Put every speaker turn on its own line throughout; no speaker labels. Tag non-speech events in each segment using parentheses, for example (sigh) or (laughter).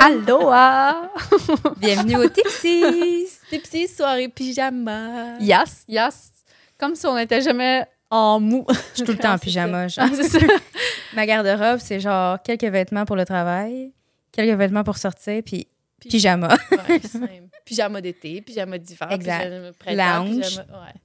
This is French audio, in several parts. Aloha!
(laughs)
Bienvenue au Tipsies! Tipsies, soirée pyjama.
Yes, yes. Comme si on n'était jamais en mou.
Je suis tout le temps en pyjama. genre.
(laughs)
Ah,
C'est ça.
Ma garde-robe, c'est genre quelques vêtements pour le travail, quelques vêtements pour sortir, puis
Puis-
pyjama. (laughs)
Ouais, simple. pyjama d'été, pyjama d'hiver,
Exact.
pyjama de printemps,
Lounge.
pyjama- ouais.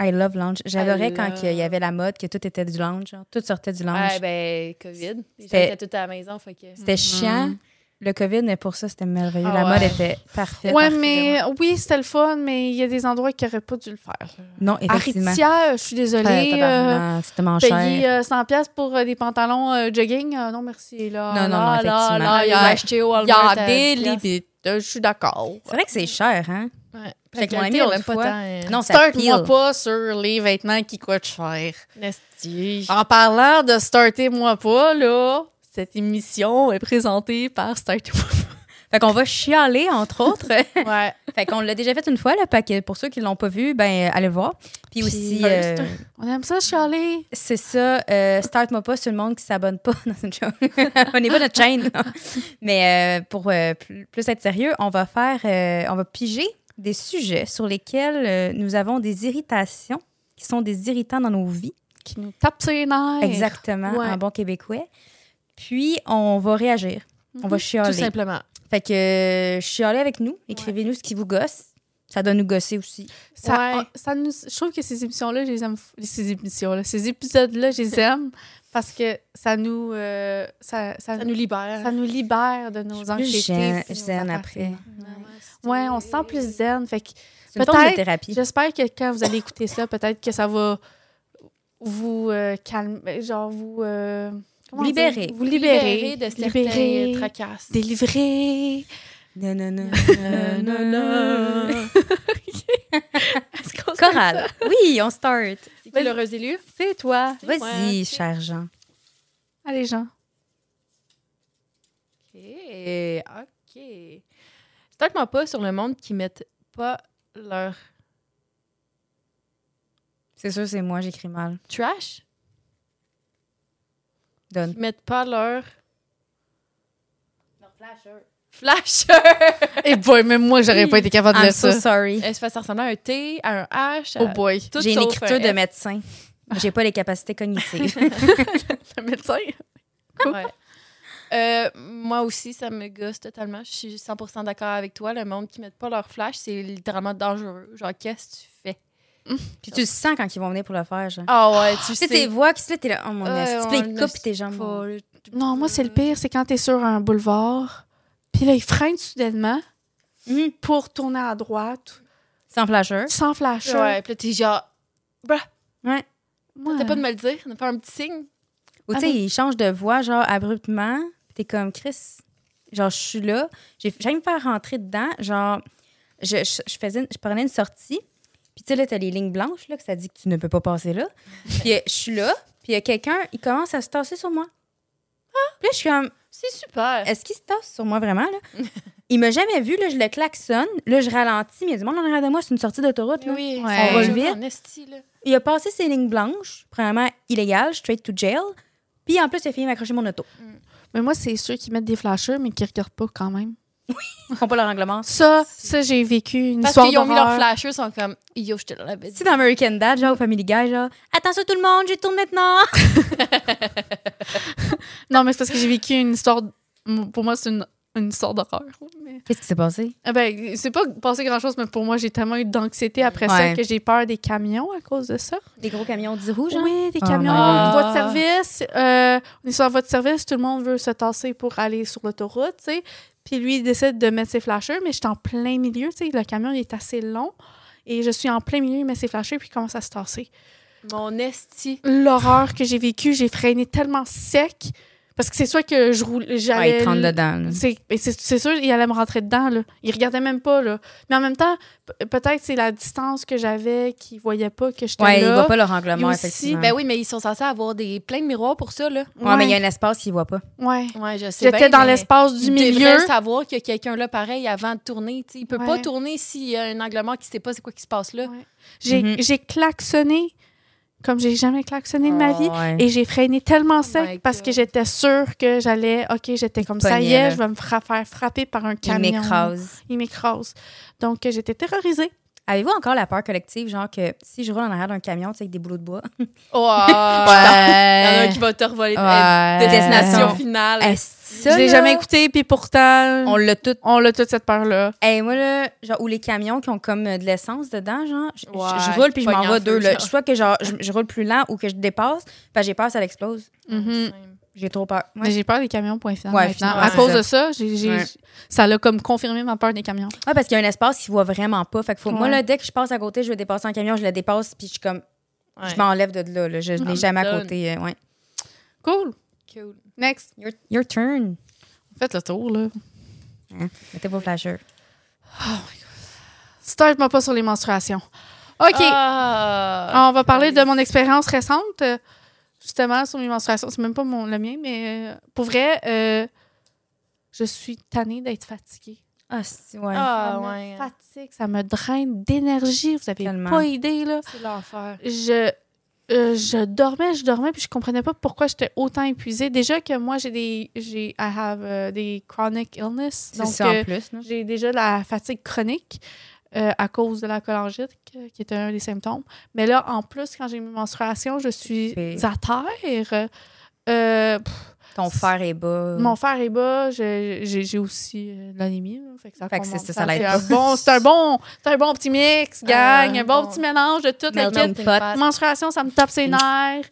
I love lounge. J'adorais
I
quand
love-
il y avait la mode que tout était du lounge, genre, tout sortait du lounge.
Ah ben Covid, les gens
C'était-
étaient tous à la maison, fait que
C'était
mm-hmm.
chiant. Le COVID, mais pour ça, c'était merveilleux.
Ah
la
ouais.
mode était parfaite.
Ouais,
partie de
mais oui, c'était le fun, mais il y a des endroits qui n'auraient pas dû le faire.
Non, effectivement.
Arrêtia, je suis
Ah,
désolée. euh,
tabarnak, C'était mon cher.
payer euh, 100$ piastres pour euh, des pantalons euh, jogging, euh, non merci. Là,
Non, non, non,
là, là,
effectivement.
là,
Ah,
il y a-
acheté au
il y a
Walmart à
des
10 piastres.
limites, euh, je suis d'accord.
C'est vrai que c'est cher, hein?
Ouais.
Fait que mon
Qualité,
ami,
on
l'autre
l'aime pas
fois-
tant.
Non, ça
Start-moi
pile.
pas sur les vêtements qui coûtent cher.
Nasty.
Ah.
En parlant de starter-moi pas, là, cette émission est présentée par Starter-moi
Fait qu'on va chialer, entre
(laughs)
autres.
Ouais.
fait qu'on l'a déjà fait une fois, le paquet. Pour ceux qui l'ont pas vu, ben, euh, allez le voir. Puis,
Puis
aussi,
first.
euh,
On aime ça, Charlie.
c'est ça, euh, start-moi pas sur le monde qui s'abonne pas. (laughs) Non, c'est une
(laughs)
joke. on n'est pas notre chaîne. non. Mais euh, pour euh, plus, plus être sérieux, on va faire, euh, on va piger des sujets sur lesquels euh, nous avons des irritations qui sont des irritants dans nos vies.
Qui nous tape ses
Eh,
nerfs.
Exactement,
Ouais.
en bon québécois. Puis, on va réagir. On va
Mhm. Tout
chialer.
simplement.
Fait que euh, chialez avec nous. Écrivez-nous ce qui vous gosse. Ça doit nous gosser aussi.
Ça,
Ouais.
ça nous, je trouve que ces émissions-là, je les aime. f- Ces émissions-là, ces épisodes-là, je les aime parce que ça nous, euh, ça, ça,
Ça nous libère.
ça nous libère de
Je
nos
suis plus
anxiétés.
zen-
puis nos
zen
affaires.
après.
Ouais, on se sent plus zen. Fait que
C'est une forme de
Peut-être.
thérapie.
j'espère que quand vous allez écouter ça, peut-être que ça va vous euh, calmer, genre vous, euh, comment
Vous
dire?
libérer.
vous libérer,
de
libérer,
certaines tracasses.
délivrer.
Non,
(laughs)
non, non.
Nanana.
Est-ce qu'on-
Chorale. Oui, on start.
C'est qui l'heureuse élue?
C'est toi.
Vas-y,
Ouais.
cher Jean.
Allez, Jean.
OK. OK. Starte-moi pas sur le monde qui mettent pas leur
C'est sûr, c'est moi, j'écris mal.
trash,
Donne.
qui mettent pas leur... Flasher! (laughs)
Et boy, même moi, j'aurais pas été capable de
I'm
dire
so
ça.
sorry.
Elle se fait ça ressembler à un T, à un H. à-
Oh boy.
tout
J'ai une
sauf
écriture
un
de
F.
médecin. J'ai pas les
(laughs)
capacités cognitives.
Le médecin.
Ouais. Euh, moi aussi, ça me gosse totalement. Je suis 100% d'accord avec toi. Le monde qui met pas leur flash, c'est littéralement dangereux. Genre, qu'est-ce que tu fais?
Puis tu le sens quand ils vont venir pour le faire, genre.
Ah ouais, tu
Tu sais, tes voix qui se là, t'es là, oh mon
Ouais,
esti.
on
Puis là, ils te
le
coupent, puis t'es genre, mon-
Faut-
Non, moi, c'est le pire, c'est quand t'es sur un boulevard, puis là, il freine soudainement
Mhm.
pour tourner à droite,
Sans flasheur.
sans flasher.
Ouais, puis là, t'es genre, bruh,
Moi,
t'as pas de me le dire, on a fait un petit signe.
Ou tu sais, ils changent de voix, genre, abruptement. Puis t'es comme, Chris, genre, je suis là. J'ai j'ai failli me faire rentrer dedans. Genre, je, je, je faisais, une- je prenais une sortie. Puis tu sais, là, t'as les lignes blanches, là, que ça dit que tu ne peux pas passer là. Puis euh, je suis là. Puis il y a quelqu'un, il commence à se tasser sur moi. Puis là, je suis comme,
C'est super.
est-ce qu'il se tasse sur moi vraiment, là? Il m'a jamais vu, là, je le klaxonne. Là, je ralentis, mais il y a du monde en arrière de moi, c'est une sortie d'autoroute, là.
Oui,
Ouais.
c'est
On va
le
dangereux
vite.
en esti, là.
Il a passé ses lignes blanches, premièrement illégales, straight to jail. Puis en plus, il a fini m'accrocher mon auto.
Mais moi, c'est ceux qui mettent des flashers, mais qui regardent pas quand même.
Ils font pas leur règlement.
Ça, ça, j'ai vécu une
Parce
histoire
qu'ils ont mis leurs
d'horreur.
flashers, ils sont comme, yo, je te l'avais
C'est
dit.
dans American Dad, genre, au Family Guy, genre, attention tout le monde, je tourne maintenant.
Non, mais c'est parce que j'ai vécu une histoire... d- Pour moi, c'est une, une histoire d'horreur. mais-
Qu'est-ce qui s'est passé?
Ah ben, c'est pas passé grand-chose, mais pour moi, j'ai tellement eu d'anxiété après
Ouais.
ça que j'ai peur des camions à cause de ça.
Des gros camions dix roues, genre?
Oui, des
Oh
camions,
God.
my
voie de service. euh, on est sur la voie de service, tout le monde veut se tasser pour aller sur l'autoroute, tu sais. Puis lui, il décide de mettre ses flashers, mais je suis en plein milieu, tu sais. Le camion, il est assez long. Et je suis en plein milieu, il met ses flashers, puis il commence à se tasser.
Mon esti.
L'horreur que j'ai vécue, j'ai freiné tellement sec. Parce que c'est sûr que je roule.
Ouais,
J'allais
ils te rentrent dedans, là.
c'est mais c'est- c'est sûr, il allait me rentrer dedans. Là. Il regardait même pas. Là. Mais en même temps, pe- peut-être c'est la distance que j'avais qu'il voyait pas que j'étais
Ouais, ils
là.
voient pas leur règlement,
Et aussi,
effectivement.
Ben oui, mais ils sont censés avoir des plein de miroirs pour ça, là.
Ouais, mais il y a un espace qu'ils voient pas.
Ouais.
Ouais, je sais
J'étais
bien,
dans
mais
l'espace du
tu
milieu.
devrais savoir qu'il y a quelqu'un là pareil avant de tourner. tu sais. Il peut pas
Ouais.
tourner s'il y a un angle mort qui sait pas c'est quoi qui se passe là.
J'ai
Mhm.
j'ai klaxonné. comme j'ai jamais klaxonné de ma vie.
Ah, ouais. Oh
Et j'ai freiné tellement
my
sec parce que
God.
j'étais sûre que j'allais, OK, j'étais comme ça, y
pognais, là.
est, je vais me fra- faire frapper par un
Il
camion.
m'écrase.
Il m'écrase. Donc, euh, j'étais terrorisée.
Avez-vous encore la peur collective, genre que si je roule en arrière d'un camion, tu sais, avec des boulots de bois?
Oh, Il y en a
(laughs)
un
Ouais.
qui va te revoler Euh, de-
Ouais.
destination
Ouais.
finale.
Je l'ai jamais écouté, puis pourtant,
On
on,
l'a tout.
l'a toute cette peur-là.
Hey, moi, là, genre, ou les camions qui ont comme euh, de l'essence dedans, genre, je, je-
Ouais,
je roule puis je
qui
m'en
pognent en
vais deux.
feu,
Là.
genre.
Soit que genre, je, je roule plus lent ou que je dépasse, parce que j'ai peur, que ça l'explose.
Mhm.
J'ai trop peur. Ouais.
Mais j'ai peur des camions, point final,
Ouais,
maintenant.
finalement,
à
c'est
cause
ça.
de ça, j'ai, j'ai-
Ouais.
ça l'a comme confirmé ma peur des camions.
Ouais, parce qu'il y a un espace qui voit vraiment pas. Fait que faut, moi,
Ouais.
là, dès que je passe à côté, je vais dépasser un camion, je le dépasse, puis je suis comme, je m'enlève de là. là. Je je
Ah,
n'ai jamais à
donne.
côté. euh, ouais.
Cool.
Cool.
Next.
Your, your turn.
Faites le tour, là.
Mettez vos flashers.
Start-moi pas sur les menstruations. OK.
Ah,
On va parler de
Christ.
mon expérience récente, euh, justement, sur mes menstruations. C'est même pas mon, le mien, mais euh, pour vrai, euh, je suis tannée d'être fatiguée.
Ah, si, ouais.
Ah,
ça me
ouais.
fatigue, ça me draine d'énergie. Vous avez
Tellement.
pas idée, là.
C'est l'enfer.
Je, euh, je dormais, je dormais, puis je comprenais pas pourquoi j'étais autant épuisée. Déjà que moi, j'ai des... j'ai I have euh, des chronic illness.
C'est
Donc,
ça
euh,
en plus. là.
j'ai déjà de la fatigue chronique euh, à cause de la cholangite, que- qui était un des symptômes. Mais là, en plus, quand j'ai mes menstruations, je suis
Pire.
à terre. Euh, pff,
Ton fer est bas.
mon fer est bas, je- j'ai j'ai aussi euh, de l'anémie. là. Fait que ça
Fait que
compense.
c'est ça, ça l'aide Ah,
C'est
pas.
un bon, c'est un, bon, c'est un bon petit mix, gang.
Euh,
un bon,
bon.
petit mélange de tout le
Melting
kit.
pot.
Menstruation, ça me tape ses
Mm.
nerfs.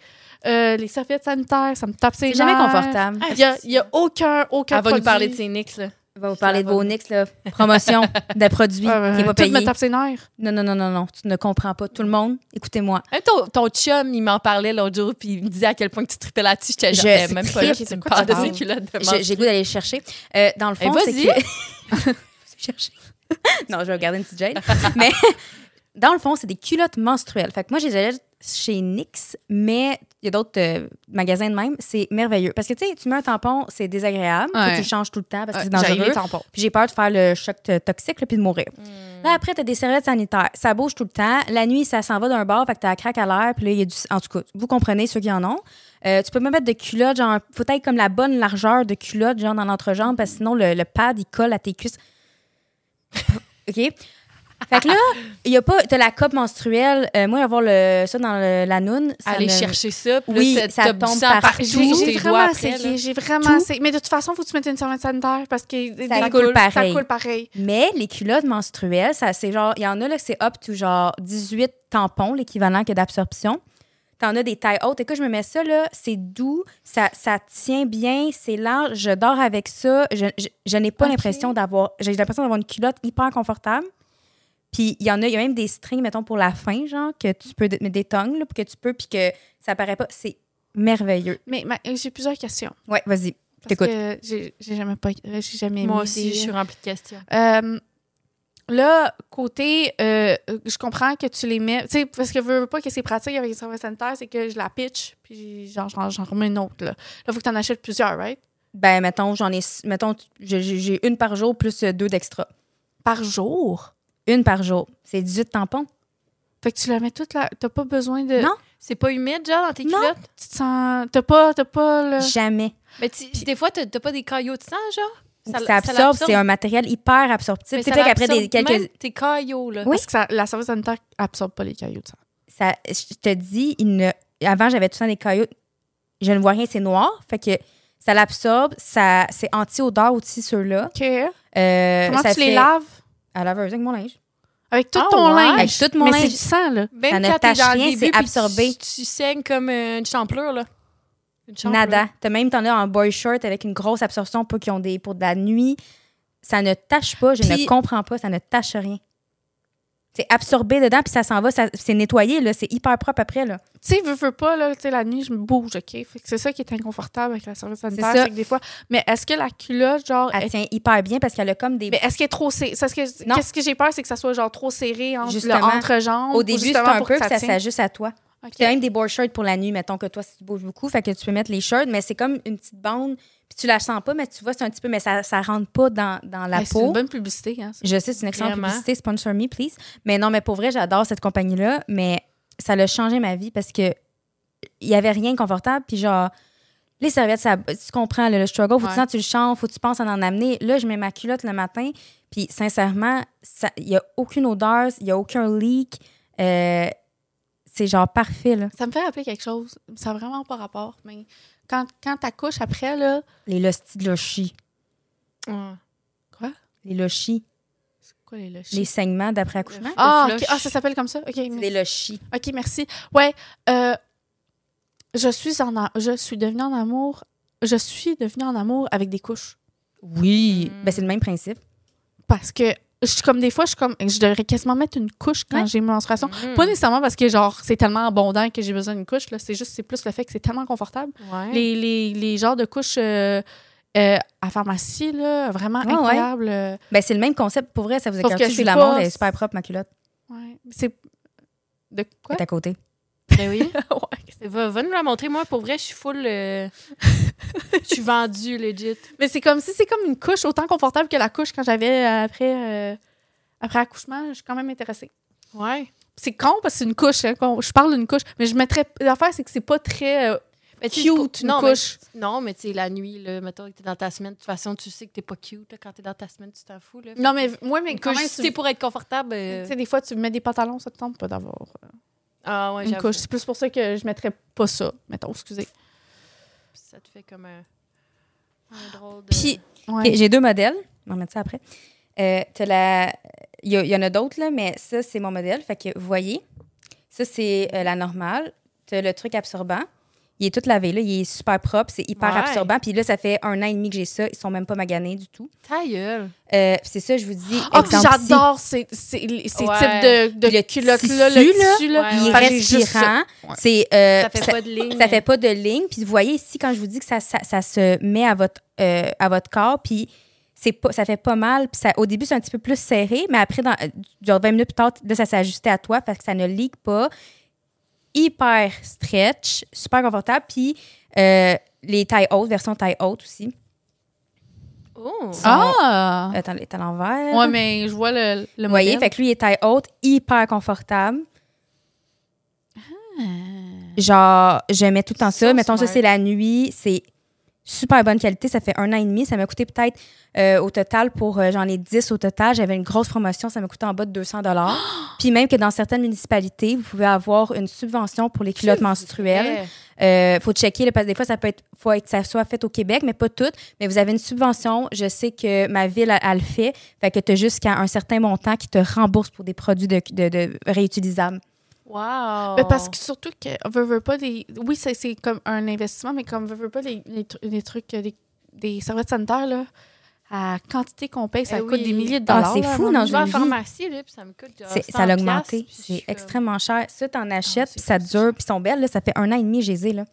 Euh, les serviettes sanitaires, ça me tape ses
C'est
nerfs.
jamais confortable.
Il y a, il y a aucun, aucun
Elle va nous
produit.
parler de ses nicks, là.
On va vous
Ça
parler de
va.
vos Nix, là.
(laughs)
Promotion de produits
Ouais, ouais,
qui n'est pas
tout me
payé.
tape ses nerfs.
Non, non, non, non, non. Tu ne comprends pas. Tout le monde, écoutez-moi.
Même Hein, ton, ton chum, il m'en parlait l'autre jour, puis il me disait à quel point que tu tripais là-dessus. J'étais
Je
genre, Eh, même pas là,
tripe.
tu me
De quoi
parles
tu
de ces
parles?
culottes de
J'ai
menthe.
j'ai le goût d'aller le chercher. Euh, dans le fond,
Eh,
c'est
vas-y.
que... Chercher. (laughs) non, je vais regarder une petite Jane. mais (laughs) dans le fond, c'est des culottes menstruelles. Fait que moi, je les achète chez NYX, mais il y a d'autres euh, magasins de même. C'est merveilleux. Parce que, tu sais, tu mets un tampon, c'est désagréable. Faut que
Ouais.
Tu le changes tout le temps parce que c'est
Ouais, j'arrive
dangereux.
les tampons.
Puis j'ai peur de faire le choc to- toxique là, puis de mourir.
Hmm.
Là, après, t'as des serviettes sanitaires. Ça bouge tout le temps. La nuit, ça s'en va d'un bord, fait que t'as la craque à l'air. Puis là, il y a du. En tout cas, vous comprenez ceux qui en ont. Euh, tu peux même mettre de culottes, genre, faut être comme la bonne largeur de culotte, genre, dans l'entrejambe, parce que sinon, le, le pad, il colle à tes cuisses. (laughs) OK? Fait que là, il y a pas. T'as la cope menstruelle. Euh, moi, avoir le, ça dans le- la noune. ça
Aller
me-
chercher ça, puis
Oui,
là, t'as-
ça
t'as du
tombe
sang partout
partout.
sur
J'ai j'ai
tes doigts
vraiment
après, là.
essayé, j'ai vraiment
Tout.
essayé. Mais de toute façon, faut que tu mettes une serviette sanitaire parce que des-
Ça
des-
coule
Ça
pareil.
coule pareil.
Mais les culottes menstruelles, ça c'est genre il y en a là que c'est up to genre 18 tampons l'équivalent que d'absorption. T'en as des tailles hautes. Écoute, je me mets ça là, c'est doux, ça, ça tient bien, c'est large, je dors avec ça, je, je- je n'ai pas
Ok.
l'impression d'avoir j'ai l'impression d'avoir une culotte hyper confortable. Puis il y en a, il y a même des strings mettons pour la fin genre que tu peux mettre des tongues là, pour que tu peux puis que ça paraît pas, c'est merveilleux.
Mais ma- j'ai plusieurs questions.
Ouais, vas-y.
Parce
T'écoutes.
que j'ai j'ai jamais pas. euh, J'ai jamais
Moi
mis
aussi,
des-
je suis remplie de questions.
Euh, Là, côté, euh, je comprends que tu les mets, tu sais, parce que je veux pas que c'est pratique avec les serviettes sanitaires, c'est que je la pitch, puis genre, j'en j'en remets une autre, là. Là, faut que tu en achètes plusieurs, right?
Ben mettons, j'en ai mettons j'ai- j'ai j'ai une par jour plus euh, deux d'extra.
Par jour?
Une par jour. C'est 18 tampons.
Fait que tu la mets toute la... T'as pas besoin de...
Non.
C'est pas humide, genre, dans tes
Non.
culottes?
Tu te sens... T'as pas... T'as pas le...
Jamais.
Mais tu- des fois, t'as t'as pas des caillots de sang, genre?
Ça,
l'absorbe.
absorbe, c'est un matériel hyper absorptif.
Mais
C'est
ça
peut qu'après des
l'absorbe
quelques.
même tes caillots, là.
Oui.
Parce que ça- la serviette sanitaire absorbe pas les cailloux de sang.
Ça, je te dis, il ne... avant, j'avais tout le temps des cailloux. Je ne vois rien, c'est noir. Fait que ça l'absorbe, ça... c'est anti-odeur aussi, ceux-là.
OK.
Euh,
Comment
ça
tu les
fait-
laves?
À la avec mon linge.
Avec tout
Ah
ton
ouais?
linge.
Avec tout mon
Mais c'est
linge.
du sang, là.
Même
Ça ne
quand t'es
tâche
dans le
rien,
début, puis
c'est
tu-
absorbé.
Tu, saignes comme euh, une champlure, là. Une champlure.
Nada. T'as même, t'en as en boy shirt avec une grosse absorption pour qu'ils ont des pour de la nuit. Ça ne tâche pas, je
Puis-
ne comprends pas, ça ne tâche rien. C'est absorbé dedans, puis ça s'en va, ça- c'est nettoyé, là, c'est hyper propre après. Là.
Tu sais, veux, veux pas, là, tu sais, la nuit, je me bouge, OK? Fait que c'est ça qui est inconfortable avec la serviette sanitaire,
ça.
c'est que des fois... Mais est-ce que la culotte, genre...
Elle
est-
tient hyper bien parce qu'elle a comme des.
Mais est-ce qu'elle est trop serrée? C'est ce que-
Non.
Qu'est-ce que j'ai peur, c'est que ça soit, genre, trop serré entre le
Justement.
entrejambe.
Au
ou
début, c'est
justement
un
pour
peu que, ça
tienne.
s'ajuste à toi.
OK.
Tu as même des board shirts pour la nuit, mettons que toi, si tu bouges beaucoup, fait que tu peux mettre les shirts, mais c'est comme une petite bande, puis tu la sens pas, mais tu vois, c'est un petit peu, mais ça, ça rentre pas dans, dans la
Hey, C'est
peau.
une bonne publicité, hein? ça.
Je sais, c'est une excellente
Vraiment.
publicité, sponsor me, please. Mais non, mais pour vrai, j'adore cette compagnie-là, mais ça l'a changé ma vie parce que il y avait rien de confortable. Puis genre, les serviettes, ça, tu comprends le, le struggle. Faut que
Ouais.
tu, sens, tu le chantes, faut que tu penses à en amener. Là, je mets ma culotte le matin. Puis sincèrement, ça- il n'y a aucune odeur, il n'y a aucun leak. Euh, c'est genre parfait, là.
Ça me fait rappeler quelque chose. Ça n'a vraiment pas rapport, mais quand, quand t'accouches après, là,
Les losti de lochi.
Quoi?
Les lochis.
c'est quoi les lochis?
Les saignements d'après accouchement.
Ah,
Le
ok.
flush.
Ah, ça s'appelle comme ça? OK,
C'est des lochis.
ok, merci. Ouais, euh, je, suis en, a- je suis devenue en amour... Je suis devenue en amour avec des couches.
Oui.
Mm.
Ben, c'est le même principe.
Parce que, je suis comme des fois, je suis comme... Je devrais quasiment mettre une couche quand
Ouais.
j'ai une menstruation. Pas nécessairement parce que, genre, c'est tellement abondant que j'ai besoin d'une couche, là. C'est juste, c'est plus le fait que c'est tellement confortable.
Ouais.
les, les, les genres de couches euh, euh, à pharmacie, là, vraiment
Ouais, ouais.
incroyable. euh,
Ben, c'est le même concept. Pour vrai, ça vous
Sauf
écarte.
que
Je
c'est
la
pas-
montre, elle est super propre, ma culotte.
ouais. C'est. De quoi? (laughs)
Elle est à côté.
Ben oui.
Ouais.
Va, va nous la montrer. Moi, pour vrai, je suis full.
(laughs)
euh, Je suis vendue, legit.
Mais c'est comme si c'est comme une couche autant confortable que la couche quand j'avais euh, après, euh, après accouchement. Je suis quand même intéressée.
Ouais.
C'est con parce que c'est une couche. hein, qu'on- je parle d'une couche, mais je mettrais. L'affaire, c'est que c'est pas très euh,
Mais tu sais,
cute,
c'est
une
pas- non, mais-
couche.
non, mais tu sais, la nuit, là, mettons que t'es dans ta semaine, de toute façon, tu sais que t'es pas cute. là, quand t'es dans ta semaine, tu t'en fous. Là.
Non, mais moi, mais
Une
quand
couche,
même,
si
tu-
c'est pour être confortable. euh,
tu sais, des fois, tu mets des pantalons, ça te tente pas d'avoir euh,
Ah, ouais,
une
j'avoue.
couche. C'est plus pour ça que je mettrais pas ça. Mettons, excusez.
Ça te fait comme un. un drôle de.
Puis,
Ouais.
Ok, j'ai deux modèles. On va remettre ça après. Euh, t'as la... Il y, a- il y en a d'autres, là, mais ça, c'est mon modèle. Fait que, vous voyez, ça, c'est euh, la normale. T'as le truc absorbant. Il est tout lavé, là. Il est super propre. C'est hyper
Ouais.
absorbant. Puis là, ça fait un an et demi que j'ai ça. Ils sont même pas maganés du tout.
Ta gueule.
Euh, puis c'est ça, je vous dis.
Ah, puis
exemple, ici,
j'adore ces, ces, ces
Ouais.
types de, de
Le
culottes-là,
tissu,
le tissu, là.
ouais,
Il est
Fait que j'ai juste ça.
respirant.
Ouais.
C'est... euh,
Ça fait
ça-
pas de ligne.
ça fait pas de ligne. Puis vous voyez ici, quand je vous dis que ça, ça, ça se met à votre, euh, à votre corps, puis c'est pas, ça fait pas mal. Puis ça, au début, c'est un petit peu plus serré, mais après, dans, euh, genre 20 minutes plus tard, là, ça s'est ajusté à toi parce que ça ne ligue pas. Hyper stretch, super confortable. Puis euh, les tailles hautes, version taille haute aussi.
Oh.
Ah!
Attends, elle est à l'envers.
Ouais, mais je vois le, le
Vous voyez,
modèle.
fait que lui, il est taille haute, hyper confortable. Genre, je mets tout le temps ça.
So
Mettons, ça,
smart.
c'est la nuit. C'est super bonne qualité. Ça fait un an et demi. Ça m'a coûté peut-être euh, au total pour euh, j'en ai 10 au total. J'avais une grosse promotion. Ça m'a coûté en bas de 200 Puis même que dans certaines municipalités, vous pouvez avoir une subvention pour les culottes menstruelles.
Ouais.
Euh, faut checker là, parce que des fois ça peut être faut que ça soit fait au Québec, mais pas toutes. Mais vous avez une subvention. Je sais que ma ville elle, elle le fait. Fait que tu as jusqu'à un certain montant qui te rembourse pour des produits de, de- de réutilisables.
Wow.
Mais Ben,
Oh.
parce que surtout que veut, veut pas des. Oui, c'est c'est comme un investissement, mais comme veut, veut pas les, les, tru- les trucs, euh, des, des serviettes sanitaires, là, à quantité qu'on paye, ça
Eh
coûte
oui.
des milliers de
Ah,
dollars.
c'est
là, à
fou,
un moment
non,
Je
donné.
vais à la
vie.
pharmacie, là, puis ça me coûte genre.
C'est-
100
Ça a augmenté.
piastres, puis je
C'est
suis comme-
extrêmement cher. Ça, t'en achètes,
c'est
puis ça
fou,
dure, puis ils sont belles. Là, ça fait un an et demi, j'ai les ai, là.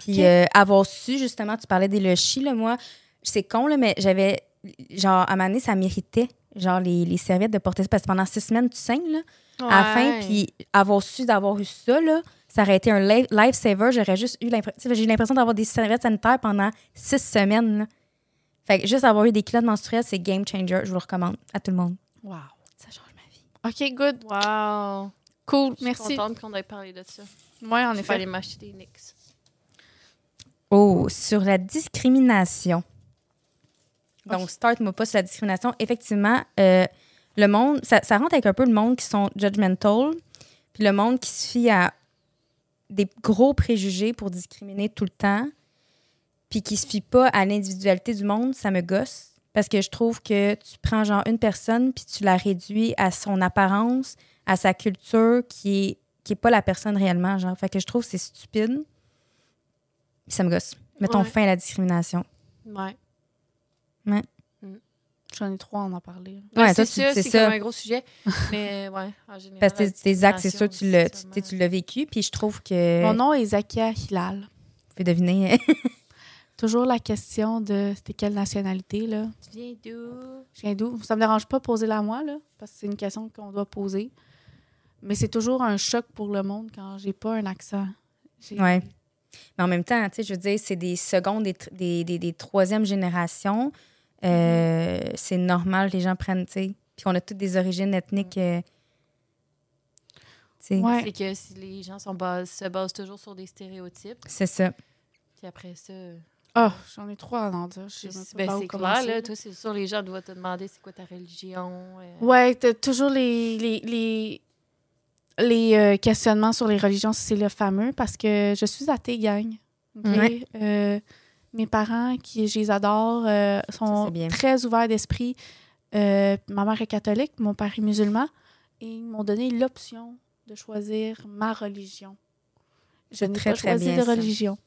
Puis
Ok.
euh, avoir su, justement, tu parlais des lochis, là, moi, c'est con, là, mais j'avais, genre, à un moment donné, ça m'irritait, genre, les, les serviettes de porter ça, parce que pendant six semaines, tu saignes, là, à la fin,
Ouais.
puis avoir su d'avoir eu ça, là, ça aurait été un li- lifesaver. J'aurais juste eu l'impression, tu sais, j'ai eu l'impression d'avoir des serviettes sanitaires pendant six semaines, là. Fait que juste avoir eu des culottes menstruelles, c'est game changer. Je vous le recommande à tout le monde.
Wow.
Ça change ma vie.
OK, good.
Wow.
Cool.
Je suis
Merci.
contente qu'on ait parlé de ça.
Ouais, en
Il fallait
effet.
m'acheter des Nix.
Oh, sur la discrimination. Donc, start-moi pas sur la discrimination. Effectivement, euh, le monde, ça, ça rentre avec un peu le monde qui sont judgmental, puis le monde qui se fie à des gros préjugés pour discriminer tout le temps, puis qui se fie pas à l'individualité du monde, ça me gosse. Parce que je trouve que tu prends genre une personne, puis tu la réduis à son apparence, à sa culture, qui est, qui est pas la personne réellement, genre. Fait que je trouve que c'est stupide. Puis Ça me gosse. Mettons
Ouais.
fin à la discrimination.
Ouais.
J'en ai trois à en parler.
Ouais,
c'est
toi, tu-
ça,
c'est
c'est
ça.
comme un gros sujet.
(laughs)
Mais ouais, en général.
Parce que
la
tes, tes actes, c'est sûr, tu l'as, tu,
discrimination,
tu- tu l'as vécu. Puis je trouve que.
Mon nom est Zakia Hilal.
Vous pouvez deviner. (laughs)
Toujours la question de c'était quelle nationalité, là?
Tu viens d'où?
Je viens d'où? Ça me dérange pas de poser la moi, là, parce que c'est une question qu'on doit poser. Mais c'est toujours un choc pour le monde quand j'ai pas un accent. J'ai-
ouais. Mais en même temps, tu sais, je veux dire, c'est des secondes, des, tr- des, des, des troisièmes générations. Euh,
Mm-hmm.
c'est normal, les gens prennent, tu sais. Puis on a toutes des origines ethniques. euh, tu sais.
Ouais.
C'est que si les gens sont bas- se basent toujours sur des stéréotypes,
C'est ça.
puis après ça,
Ah, j'en ai trois à en dire. Je sais
c'est ben,
même pas par où
c'est clair,
commencer.
là. Toi, c'est sûr, les gens doivent te demander c'est quoi ta religion. euh,
Ouais, t'as toujours les, les, les, les, euh, questionnements sur les religions, c'est le fameux, parce que je suis athée, gang. OK?
Ouais.
Euh, mes parents, qui je les adore, euh,
c'est
sont
bien.
très ouverts d'esprit. Euh, ma mère est catholique, mon père est musulman, et ils m'ont donné l'option de choisir ma religion. Je
C'est
n'ai
très,
pas
très
choisi
bien,
de
ça.
religion.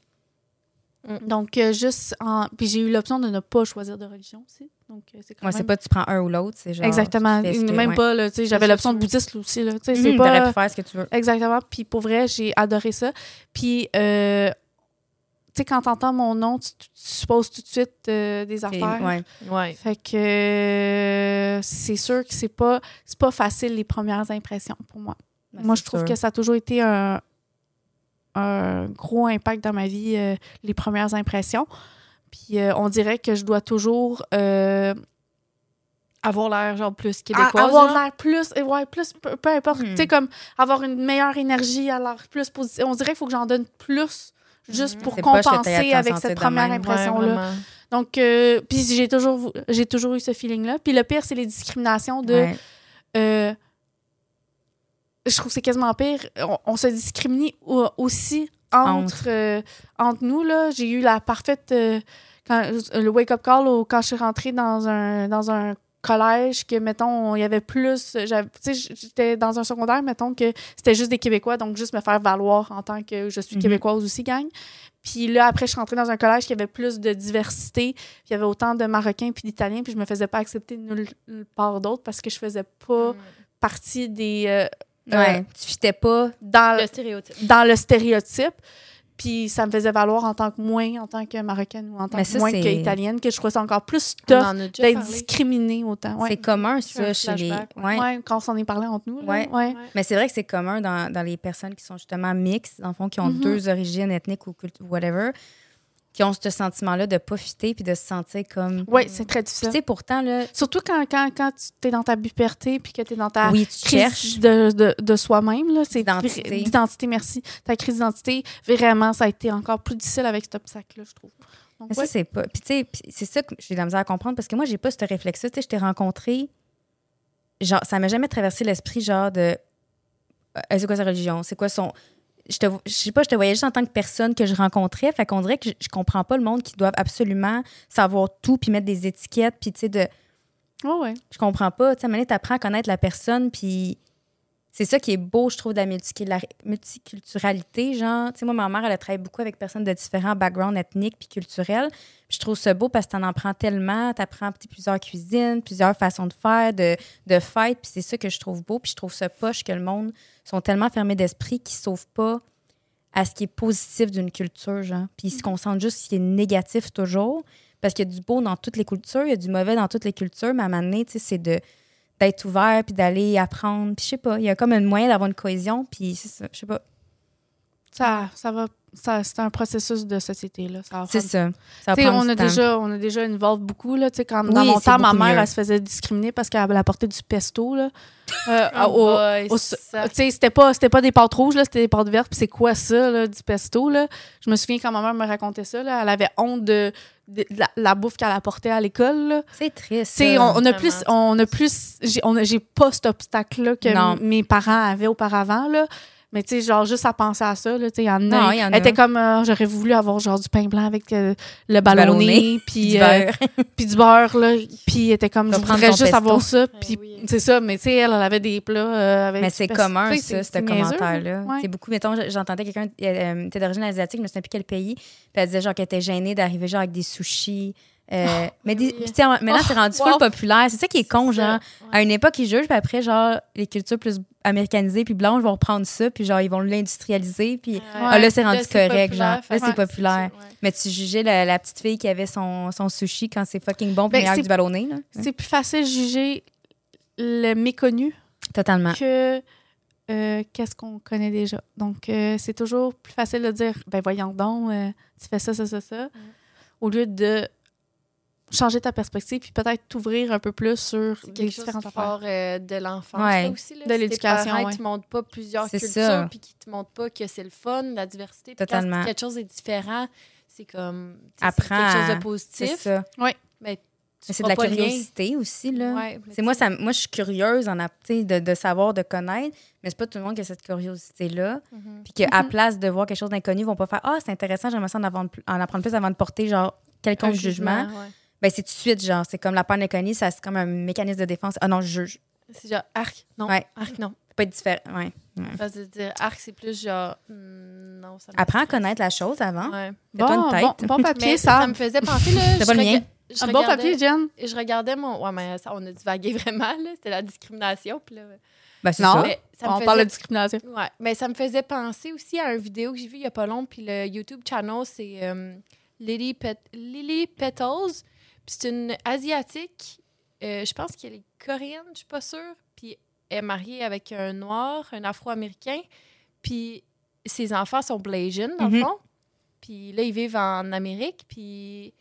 Mm.
Donc, euh, juste en... Puis j'ai eu l'option de ne pas choisir de religion aussi. Donc, euh, c'est quand
Ouais,
même
c'est pas tu prends un ou l'autre, c'est genre.
Exactement.
tu fais ce
Une-
que-
même
ouais.
pas, là, tu sais, j'avais
c'est
l'option
sûr.
bouddhiste aussi, là. Tu sais,
Mhm,
c'est
T'aurais
pas...
pu faire ce que tu veux.
Exactement. Puis pour vrai, j'ai adoré ça. Puis, euh, tu sais, quand t'entends mon nom, tu, tu supposes tout de suite euh, des
C'est-
affaires.
ouais.
Ouais.
Fait que euh, c'est sûr que c'est pas, c'est pas facile les premières impressions pour moi.
Ben,
moi,
c'est
je trouve
sûr.
que ça a toujours été un, un gros impact dans ma vie, euh, les premières impressions. Puis euh, on dirait que je dois toujours euh,
Avoir l'air, genre, plus
à-
québécoise.
avoir
genre.
l'air plus, et ouais, plus, peu, peu importe.
Hmm.
Tu sais, comme avoir une meilleure énergie, alors plus positive. On dirait qu'il faut que j'en donne plus juste
Mhm.
pour
C'est poche que t'aies à
compenser
t'en
avec
sentir
cette
de
première
même.
Ouais,
impression-là.
vraiment.
Donc, euh, puis j'ai toujours, vou- j'ai toujours eu ce feeling-là. Puis le pire, c'est les discriminations de.
Ouais.
euh, je trouve que c'est quasiment pire. On, on se discrimine au- aussi entre, euh, entre nous. là. J'ai eu la parfaite. euh, quand, le wake-up call au- quand je suis rentrée dans un, dans un collège, que, mettons, il y avait plus. j'avais- Tu sais, j'étais dans un secondaire, mettons, que c'était juste des Québécois, donc juste me faire valoir en tant que je suis
Mhm.
québécoise aussi, gang. Puis là, après, je suis rentrée dans un collège qui avait plus de diversité, puis il y avait autant de Marocains puis d'Italiens, puis je me faisais pas accepter nulle nulle part d'autre parce que je faisais pas
Mm.
partie des... euh,
Ouais. Tu fitais pas.
dans,
Le stéréotype.
dans le stéréotype. Puis ça me faisait valoir en tant que moins, en tant que Marocaine ou en tant
Mais
que
ça,
moins
c'est-
qu'Italienne, que je trouvais ça encore plus
On
tough
en a déjà
d'être
parlé.
discriminée autant. Ouais.
C'est commun,
Je fais un
ça, chez les.
flashback,
ouais.
Ouais, quand on s'en est parlé entre nous. là.
Ouais.
Ouais.
Mais c'est vrai que c'est commun dans, dans les personnes qui sont justement mixtes, dans le fond, qui ont
Mhm.
deux origines ethniques ou cultu- whatever, qui ont ce sentiment-là de pas fitter puis de se sentir comme.
Ouais, c'est très
Puis
difficile.
tu sais, pourtant, là,
Surtout quand, quand, quand tu es dans ta puberté puis que tu es dans ta
oui, tu
crise
cherches.
de, de, de soi-même. là, C'est
D'identité.
vra- d'identité, merci. Ta crise d'identité, vraiment, ça a été encore plus difficile avec cet obstacle-là, je trouve. Donc,
Mais
ouais.
ça, c'est pas. Puis, tu sais, puis c'est ça que j'ai de la misère à comprendre parce que moi, j'ai pas ce réflexe-là. Tu sais, je t'ai rencontré. Genre, ça m'a jamais traversé l'esprit, genre, de. Euh, c'est quoi sa religion? C'est quoi son. Je, te, vo- je sais pas, je te voyais juste en tant que personne que je rencontrais. Fait qu'on dirait que je, je comprends pas le monde qui doivent absolument savoir tout puis mettre des étiquettes. Puis, tu sais, de.
Ouais, ouais.
Je comprends pas. Tu sais, à un moment donné, t'apprends à connaître la personne. Puis. C'est ça qui est beau, je trouve, de la multicula- multiculturalité. Genre, tu sais, moi, ma mère, elle a travaillé beaucoup avec personnes de différents backgrounds ethniques puis culturels. Puis je trouve ça beau parce que t'en en prends tellement, t'apprends tu sais, plusieurs cuisines, plusieurs façons de faire, de, de fêtes, puis c'est ça que je trouve beau. Puis je trouve ça poche que le monde sont tellement fermés d'esprit qu'ils ne sauvent pas à ce qui est positif d'une culture, genre. Puis ils se concentrent juste sur ce qui est négatif toujours, parce qu'il y a du beau dans toutes les cultures, il y a du mauvais dans toutes les cultures, mais à un moment donné, tu sais, c'est de d'être ouvert, puis d'aller apprendre, puis je sais pas, il y a comme un moyen d'avoir une cohésion, puis c'est ça, je sais pas,
Ça, ça va. Ça, c'est un processus de société-là. Ça va
c'est
prendre-
ça. Ça va
Tu sais,
prendre
on
du
a
temps.
déjà on a déjà une valve beaucoup là tu sais quand dans
Oui,
mon
c'est
temps ma
beaucoup
mère
mieux.
elle se faisait discriminer parce qu'elle apportait du pesto
(laughs)
là Euh,
Ah,
au-
boy,
au-
ça-
bah.
tu sais, c'était pas, c'était pas des pâtes rouges, là, c'était des pâtes vertes, puis c'est quoi ça, là, du pesto, là? Je me souviens quand ma mère me racontait ça, là, elle avait honte de, de- de la, la bouffe qu'elle apportait à l'école, là.
C'est triste.
Tu sais,
ça.
on, on a
vraiment,
plus,
c'est-
on a plus, j'ai, on a- j'ai pas cet obstacle-là que
Non.
m- mes parents avaient auparavant, là. Mais tu sais, genre, juste à penser à ça, là, tu sais, il y en a.
Non, il y en
elle
a.
était comme, euh, j'aurais voulu avoir genre du pain blanc avec euh, le ballonné,
ballonné, (laughs)
puis
Du
euh,
beurre.
puis du beurre, là. Puis elle était comme,
Va
je
prendre
voudrais
ton
juste
pesto. Ben
avoir ça. Puis
oui.
c'est ça, mais tu sais, elle, elle avait des plats euh, avec.
Mais
du
c'est
pesto.
commun,
Tu sais,
ça,
c'est-
ce
c'est niaiseux,
commentaire-là.
ouais.
C'est beaucoup, mettons, j'entendais quelqu'un, euh, était d'origine asiatique, je me souviens plus quel pays, puis elle disait genre qu'elle était gênée d'arriver genre avec des sushis. euh, mais des-
oui.
puis tu sais, en- maintenant, c'est rendu
Oh, wow.
full populaire. C'est ça qui est con,
C'est
genre.
ça,
À une époque, ils jugent, puis après, genre, les cultures plus américanisées puis blanches vont reprendre ça, puis genre, ils vont l'industrialiser, puis...
Ah,
là, c'est rendu correct,
populaire,
genre.
fait-
Là, c'est
ouais,
populaire.
ça, ouais.
Mais tu jugeais la, la petite fille qui avait son, son sushi quand c'est fucking bon,
Ben,
puis meilleur que
c'est-
du ballonné, là.
C'est plus facile de juger le méconnu
Ah.
Totalement.
que euh, qu'est-ce qu'on connaît déjà. Donc, euh, c'est toujours plus
Mm.
facile de dire, ben voyons donc, euh, tu fais ça, ça, ça, ça, au lieu de changer ta perspective puis peut-être t'ouvrir un peu plus sur
C'est
les
quelque chose
différentes
qui
affaires.
part euh, de l'enfance
Ouais.
là, aussi. Là,
De l'éducation,
Si tes parents
ouais.
te montrent pas plusieurs
C'est
cultures
ça.
puis qui te montrent pas que c'est le fun, la diversité. Puis
Totalement.
Quand quelque chose est différent, c'est comme... tu sais,
Apprends
C'est quelque chose
à-
de
C'est
positif.
ça.
tu
Mais C'est de
feras
la
pas lien.
curiosité aussi, là.
Ouais, mais
C'est moi,
tu sais,
ça, moi, je suis curieuse en, app- tu sais, de, de savoir, de connaître, mais c'est pas tout le monde qui a cette curiosité-là.
mhm.
Puis qu'à place de voir quelque chose d'inconnu, ils vont pas faire Ah, c'est intéressant, j'aimerais ça en, avant- en apprendre plus avant de porter, genre, quelconque
Un
jugement.
ouais.
Ben, c'est tout de suite, genre, c'est comme la peur de l'inconnu, ça, c'est comme un mécanisme de défense. Ah non, je juge.
C'est genre arc, non,
Ouais.
arc, non.
Faut Pas être différent. Ouais.
Parce que dire arc, c'est plus genre hmm, non. Ça me
Apprends à
stresse.
connaître la chose avant.
Ouais.
Fais pas
Bon,
une
bon,
tête.
bon papier,
Mais ça,
ça.
me faisait penser
(laughs)
là.
C'est
je
pas le
rega-
mien.
je
Un bon
regardais-
papier, Jen.
Je regardais mon. Ouais, mais ça, on a divagué (laughs) vraiment, là. C'était la discrimination. Puis là.
Ben, c'est
Non.
ça.
Mais ça me
On
faisait-
parle de discrimination.
Ouais, mais ça me faisait penser aussi à une vidéo que j'ai vue il y a pas longtemps, puis le YouTube channel, c'est euh, Lily, Pet Lily Petals. Puis c'est une Asiatique, euh, je pense qu'elle est coréenne, je suis pas sûre. Puis elle est mariée avec un Noir, un Afro-Américain. Puis ses enfants sont Blasian, dans
Mhm.
le fond. Puis là, ils vivent en Amérique, puis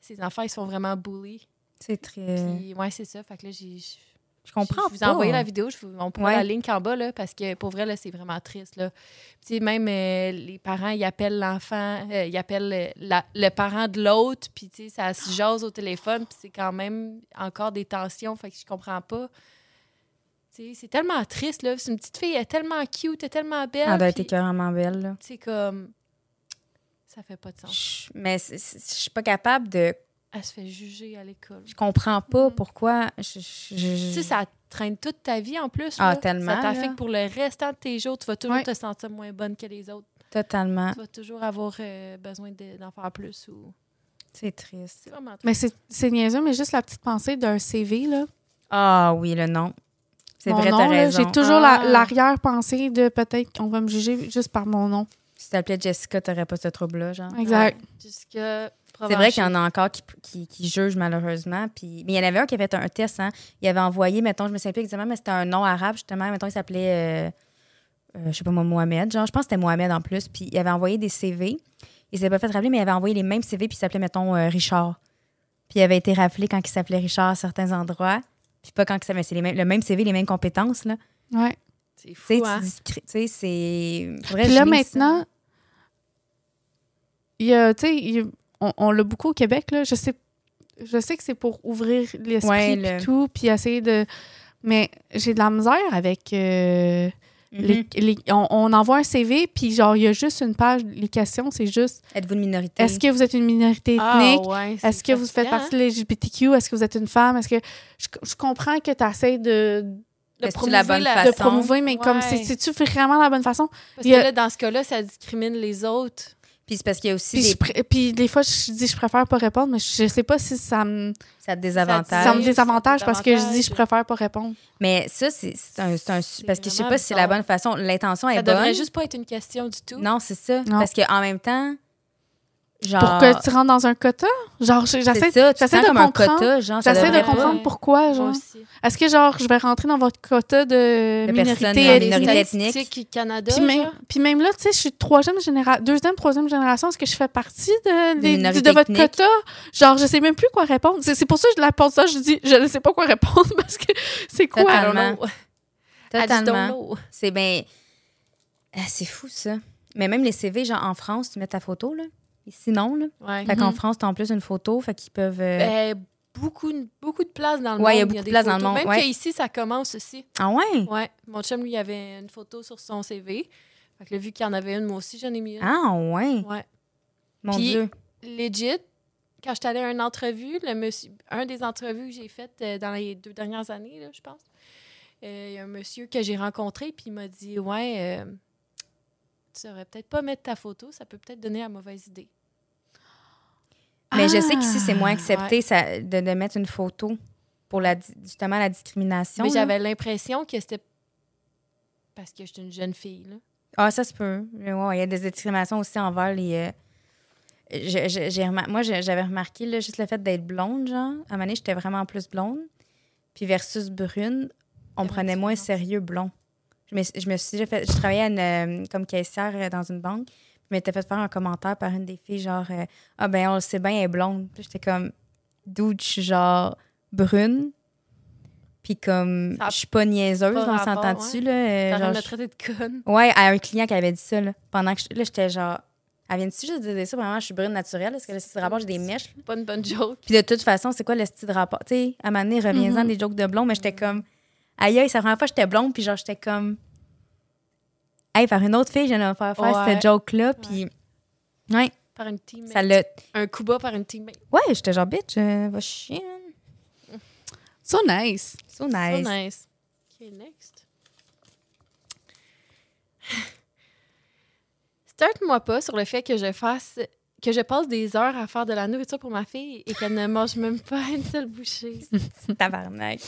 ses enfants, ils sont vraiment bullies.
C'est très.
Puis ouais, c'est ça. Fait que là, j'ai... j'ai-
Je comprends.
je vous ai
pas.
envoyé la vidéo, je vous, on prend
Ouais.
la ligne en bas, là, parce que pour vrai, là, c'est vraiment triste. Là. Tu sais, même euh, les parents, ils appellent l'enfant, euh, ils appellent euh, la- le parent de l'autre, puis tu sais, ça se jase au téléphone, puis c'est quand même encore des tensions, fait que je comprends pas. Tu sais, c'est tellement triste, là. C'est une petite fille, elle est tellement cute, elle est tellement belle.
Elle doit être
puis,
écœurement belle, là.
C'est comme. Ça fait pas de sens.
Je- Mais c'est- c'est- je suis pas capable de.
Elle se fait juger à l'école.
Je comprends pas
Mhm.
pourquoi. Je, je- je-
Tu sais, ça traîne toute ta vie en plus.
Ah,
là.
tellement,
Ça
là.
t'affecte pour le restant de tes jours. Tu vas toujours
Ouais.
te sentir moins bonne que les autres.
Totalement.
Tu vas toujours avoir euh, besoin de- d'en faire plus. Ou...
C'est triste.
C'est vraiment
Mais c'est c'est niaiseux, mais juste la petite pensée d'un CV, là.
Ah oui, le nom. C'est
Mon
vrai,
nom,
t'as
là,
raison.
J'ai toujours la-
Ah.
l'arrière-pensée de peut-être qu'on va me juger juste par mon nom.
Si t'appelais Jessica, t'aurais pas ce trouble-là, genre.
Exact.
Jusque
C'est vrai qu'il y en a encore qui, qui, qui jugent malheureusement. Puis... Mais il y en avait un qui avait fait un test. Hein. Il avait envoyé, mettons, je me souviens plus exactement, mais c'était un nom arabe, justement. Mettons, il s'appelait, euh, euh, je sais pas moi, Mohamed. Genre, je pense que c'était Mohamed en plus. Puis il avait envoyé des CV. Il s'est pas fait rappeler, mais il avait envoyé les mêmes CV, puis il s'appelait, mettons, euh, Richard. Puis il avait été rappelé quand il s'appelait Richard à certains endroits. Puis pas quand il s'appelait. C'est les mêmes- le même CV, les mêmes compétences, là.
Ouais.
C'est
Tu sais,
fou, hein?
tu discri- tu sais, c'est. Faudrait
Puis là,
geler Ben, ça.
maintenant, il y a, tu sais, il y a- on, on l'a beaucoup au Québec, là. Je sais, je sais que c'est pour ouvrir l'esprit
Ouais,
puis
le-
tout, puis essayer de... Mais j'ai de la misère avec... euh,
Mhm.
les- les- on, on envoie un CV, puis genre, il y a juste une page, les questions, c'est juste,
Êtes-vous une minorité?
est-ce que vous êtes une minorité
Ah,
Ah,
ethnique? Est-ce que vous faites partie
partie
de l'LGBTQ? Est-ce que vous êtes une femme? Est-ce que je, je comprends que tu essaies de,
Est-ce que c'est la bonne
de
façon? Façon.
promouvoir, mais comme c'est-
Ouais.
c'est-tu vraiment la bonne façon?
Parce
Il y a-
que là, dans ce cas-là, ça discrimine les autres.
Puis c'est parce qu'il y a aussi
Puis,
des-
je pr- puis des fois, je dis je préfère pas répondre, mais je sais pas si ça me,
ça te
Ça-
désavantage.
ça me
Désavantage.
désavantage parce que je dis je
Désavantage.
préfère pas répondre.
Mais ça, c'est c'est un, c'est un su-
C'est
parce que je sais
vraiment
pas si c'est la
bizarre.
bonne façon. L'intention est
Ça
bonne.
devrait juste pas être une question du tout.
Non, c'est ça.
Non.
Parce qu'en même temps, genre.
Pour que tu rentres dans un quota? Genre, je-
Ah. c'est
j'essaie
ça, tu te
j'essaie
sens
de
comme un
comprendre.
quota, genre. ça
j'essaie de
devrait pas.
comprendre
Ouais.
pourquoi. Genre.
Moi aussi.
Est-ce que genre je vais rentrer dans votre quota de,
De
minorité
personnes en
ethnique?
minorité
Les
ethnique.
statistiques Canada,
Puis même,
genre.
puis même là, tu sais, je suis troisième génération, deuxième, troisième génération. Est-ce que je fais partie de,
Des
des- du- de,
minorités
votre
ethniques.
quota? Genre, je sais même plus quoi répondre. C'est c'est pour ça que je l'apporte ça. Je dis, je ne sais pas quoi répondre (laughs) parce que c'est quoi?
I don't
Totalement.
know. I just don't
Ah, Totalement.
know.
C'est bien. Ah, c'est fou, ça. Mais même les CV, genre en France, tu mets ta photo, là. Sinon, là.
Ouais.
Fait qu'en
Mhm.
France, t'as en plus une photo, fait qu'ils peuvent. euh,
Ben, beaucoup, beaucoup de places dans le
Ouais, il y a
monde.
beaucoup de
des
places dans le
photos.
monde,
Même
ouais.
qu'ici, ça commence aussi.
Ah ouais?
Ouais. Mon chum, lui, il avait une photo sur son CV. Fait que là, vu qu'il y en avait une, moi aussi, j'en ai mis une.
Ah ouais?
Ouais.
Mon
Puis-
Dieu.
Legit, quand j'étais allée à une entrevue, le monsieur, un des entrevues que j'ai faites euh, dans les deux dernières années, là, je pense, euh, il y a un monsieur que j'ai rencontré, puis il m'a dit Ouais, euh, tu devrais peut-être pas mettre ta photo, ça peut peut-être donner la mauvaise idée.
Mais je
Ah.
sais qu'ici, c'est moins accepté ça, de, de mettre une photo pour la, di- justement la discrimination.
Mais
là.
j'avais l'impression que c'était parce que j'étais une jeune fille. Là.
Ah, ça se peut. Mais ouais, il y a des discriminations aussi envers les. euh, je- je- j'ai remar- Moi, j'ai- j'avais remarqué là, juste le fait d'être blonde, genre. À un moment donné, j'étais vraiment plus blonde. Puis versus brune, on
Il y avait une
prenait moins au
différence.
sérieux blond. Je me, je me suis déjà fait. Je travaillais à une, euh, comme caissière euh, dans une banque. Je m'étais fait faire un commentaire par une des filles, genre euh, Ah, ben, on le sait bien, elle est blonde. Puis j'étais comme dude, je suis genre brune. Puis comme,
Ça a
je suis pas niaiseuse,
pas
on
rapport,
s'entend dessus, là. euh,
T'arrêtes
genre,
de me
je-
traiter de conne.
Ouais, à un client qui avait dit ça, là. Pendant que je- là, j'étais genre, elle vient-tu juste de dire ça? Vraiment, je suis brune naturelle. Est-ce que le style de rapport, j'ai des mèches? là?
Pas une bonne joke.
Puis de toute façon, c'est quoi le style de rapport? Tu sais, à un moment donné, reviens-en
Mhm.
des jokes de blond, mais j'étais comme, aïe, aïe, c'est la première fois que j'étais blonde, puis genre, j'étais comme, hey, par une autre fille, je viens de me faire faire
Ouais.
cette joke-là, puis. Ouais,
Par une teammate.
ça l'a.
Un coup bas par une teammate.
Ouais, j'étais genre, bitch, euh, va chier. hein.
So nice. (laughs)
So
So nice.
nice. OK, next. (sighs) Start-moi pas sur le fait que je fasse que je passe des heures à faire de la nourriture pour ma fille et qu'elle ne mange même pas une seule bouchée.
(laughs) Tabarnak.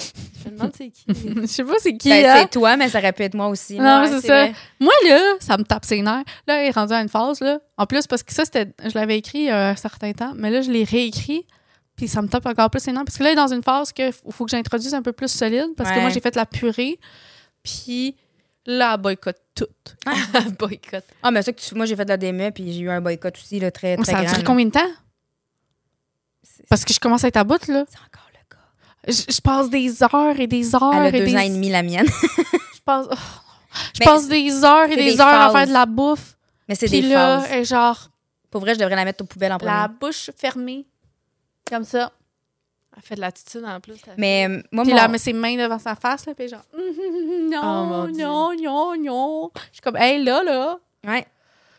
Je me demande c'est
(laughs)
qui.
Je sais pas c'est qui,
Ben,
là.
c'est toi, mais ça aurait pu être moi aussi.
Non,
là.
c'est
Ouais,
ça.
vrai.
Moi, là, ça me tape ses nerfs. Là, elle est rendue à une phase, là. En plus, parce que ça, c'était, je l'avais écrit il y a un certain temps, mais là, je l'ai réécrit, puis ça me tape encore plus ses nerfs. Parce que là, elle est dans une phase que f- faut que j'introduise un peu plus solide, parce que
Ouais.
moi, j'ai fait la purée, puis là, elle boycotte tout.
(laughs) Boycott.
Ah, mais ça que tu. Moi, j'ai fait de la DME, puis j'ai eu un boycott aussi, là, très, très
Ça a
grand.
duré
là.
combien de temps?
C'est-
Parce que je commence à être à bout, là.
C'est encore le cas.
Je, je passe des heures et des heures
Elle a
et
deux
Ah, des
ans et demi, la mienne. (laughs)
Je passe, oh. je
Mais
passe des heures et
c'est
des,
des
heures à
phases.
faire de la bouffe.
Mais c'est
Puis
des
là,
phases.
elle est genre,
Pour vrai, je devrais la mettre aux poubelles en premier.
la bouche fermée, comme ça.
Elle fait de l'attitude en plus. la
Mais euh, moi,
Puis
mon-
là, elle met ses mains devant sa face, là, puis genre, (laughs) Hum, hum, hum,
mon
non,
Dieu.
non, non, non. Je suis comme, hey, là, là.
Ouais.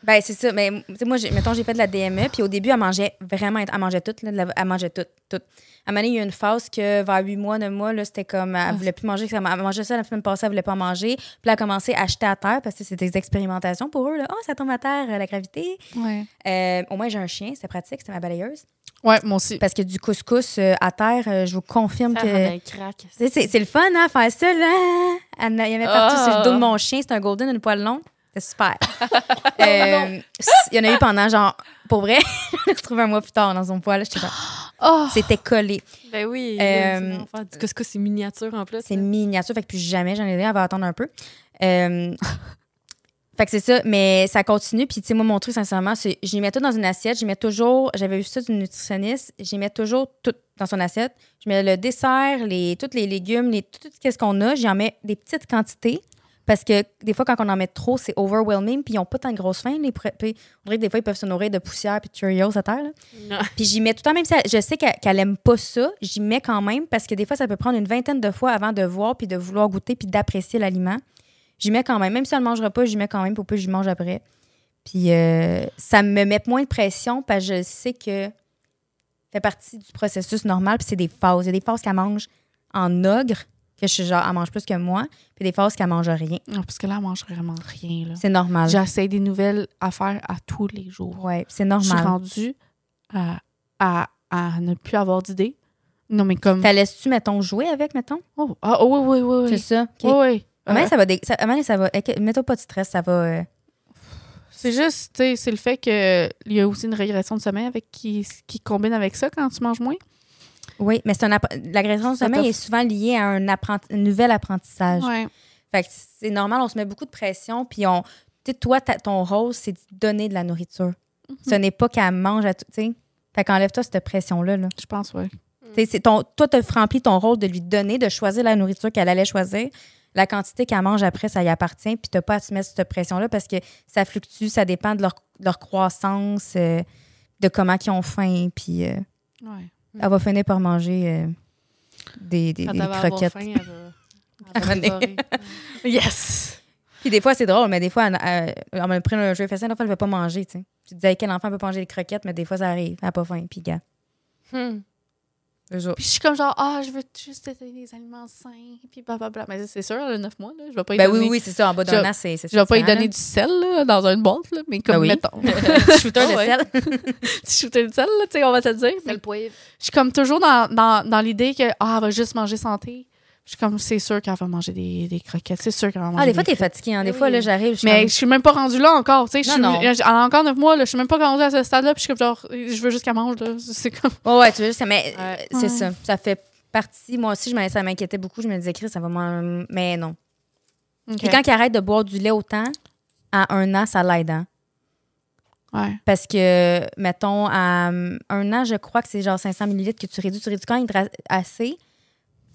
Ben, c'est ça. Mais tu sais, moi, j'ai- mettons, j'ai fait de la DME, puis au début, elle mangeait vraiment. Elle mangeait tout. Là, de la- elle mangeait tout. tout. À un moment donné, il y a eu une phase que vers 8 mois, 9 mois, là, c'était comme.
Ah.
Elle voulait plus manger. Elle mangeait ça la semaine passée, elle voulait pas manger. Puis là, elle a commencé à acheter à terre parce que c'est des expérimentations pour eux. Là. Oh, ça tombe à terre, euh, la gravité.
Ouais.
Euh, au moins, j'ai un chien, c'est pratique, c'était ma balayeuse.
Ouais, moi aussi.
Parce que du couscous euh, à terre, euh, je vous confirme
fille. Ça
que.
rend un crack.
C'est- C'est c'est le fun, hein, faire ça, là. Elle en- Il y avait partout
Ah.
sur le dos de mon chien. C'est un golden, une poêle longue. C'était super. Euh, s- Il y en a eu pendant, genre, pour vrai, (laughs) je l'ai retrouvé un mois plus tard dans son poêle. J'étais comme,
Oh,
C'était collé.
Ben oui.
Euh,
sinon, on va faire Du couscous, c'est miniature en plus.
C'est
là.
miniature. Fait que plus jamais, j'en ai rien. Elle va attendre un peu. Euh, (laughs) fait que c'est ça. Mais ça continue. Puis, tu sais, moi, mon truc, sincèrement, c'est j'y mets tout dans une assiette. J'y mets toujours. J'avais vu ça d'une nutritionniste. J'y mets toujours tout dans son assiette. Je mets le dessert, les, tous les légumes, les, tout, tout ce qu'on a. J'en mets des petites quantités. Parce que des fois, quand on en met trop, c'est overwhelming. Puis, ils n'ont pas tant de grosses faim. Les, pré- puis on dirait que des fois, ils peuvent se nourrir de poussière puis de Cheerios à terre. là.
Non.
Puis j'y mets tout le temps, même si elle- je sais qu'elle qu'elle aime pas ça, j'y mets quand même parce que des fois, ça peut prendre une vingtaine de fois avant de voir, puis de vouloir goûter, puis d'apprécier l'aliment. J'y mets quand même. Même si elle ne mangera pas, j'y mets quand même pour peu, j'y mange après. Puis euh, ça me met moins de pression parce que je sais que ça fait partie du processus normal, puis c'est des phases. Il y a des phases qu'elle mange en ogre, que je suis genre, elle mange plus que moi, puis des phases qu'elle mange rien.
Non, parce que là, elle mange vraiment rien, là.
C'est normal.
J'essaie des nouvelles affaires à tous les jours.
Ouais, c'est
Je suis
normal.
rendue à, à, à ne plus avoir d'idées. Non, mais comme.
T'as laisses-tu, mettons, jouer avec, mettons?
Oh, ah, oh, oui, oui, oui,
C'est
oui.
ça? OK.
Oui, oui.
Ah, mais
Euh,
ça va. Dé... Ça, ah, mais ça va... ok, Mets-toi pas de stress, ça va. euh,
C'est juste, tu sais, c'est le fait qu'il y a aussi une régression de sommeil avec qui, qui combine avec ça quand tu manges moins.
Oui, mais c'est un app- l'agression au
Ça
sommeil
te-
est souvent liée à un, apprenti- un nouvel apprentissage.
Ouais.
Fait que c'est normal, on se met beaucoup de pression, puis on. Tu sais, toi, ta- ton rôle, c'est de donner de la nourriture.
Mm-hmm.
Ce n'est pas qu'elle mange à tout. Tu sais, fait qu'enlève-toi cette pression-là. Là.
Je pense, oui.
Tu sais, c'est ton- Toi, tu as rempli ton rôle de lui donner, de choisir la nourriture qu'elle allait choisir. La quantité qu'elle mange après, ça y appartient, puis tu pas à te mettre cette pression-là parce que ça fluctue, ça dépend de leur, de leur croissance, euh, de comment ils ont faim, puis. euh,
Ouais.
Elle va finir par manger euh, des, des-
Quand
des
elle va avoir
croquettes.
faim, elle va-
À un
elle va
(laughs) moment donné.
dévorer.
Yes!
Puis des fois, c'est drôle, mais des fois, euh, elle, elle, elle me prend un jeu fait ça, des fois, elle veut pas manger. Tu sais. Tu te dis, Hey, quel enfant peut pas manger des croquettes, mais des fois, ça arrive. Elle n'a pas faim. Puis, gars.
Hmm.
Puis je suis comme genre, ah, je veux juste essayer des aliments sains, puis blablabla. Mais c'est sûr, elle a 9 mois, là, je vais pas y
Ben
donner...
oui, oui, c'est ça. En bas d'un
Je-
an, c'est ça. hein,
Je vais pas y donner du sel là, dans une boîte, là, mais comme,
Ben oui.
mettons,
(laughs)
(laughs)
shooter de
Ah ouais.
sel.
petit shooter de sel, là, tu sais, on va te le dire.
C'est
Mais
le
je
poivre.
suis comme toujours dans, dans, dans l'idée que, ah, elle va juste manger santé. Je suis comme, c'est sûr qu'elle va manger des, des croquettes, c'est sûr qu'elle va manger
Ah, des fois,
des
t'es fatigué. Hein. Des
Ben
fois,
oui.
là, j'arrive. je suis
mais
comme-
je suis même pas rendue là encore, tu sais. je
Non,
suis-
non.
Elle a encore 9 mois, là, je suis même pas rendue à ce stade-là, puis je suis comme genre, je veux juste qu'elle mange, là. C'est comme...
Ouais, ouais, tu veux juste. Mais euh,
Ouais.
c'est
Ouais.
ça. Ça fait partie. Moi aussi, je m'in- ça m'inquiétait beaucoup. Je me disais, Chris, ça va. m'en- Mais non. Puis
Ok.
quand il arrête de boire du lait autant, à un an, ça l'aide. hein.
Ouais.
Parce que, mettons, à euh, un an, je crois que c'est genre 500 ml que tu réduis. Tu réduis quand même dra- assez.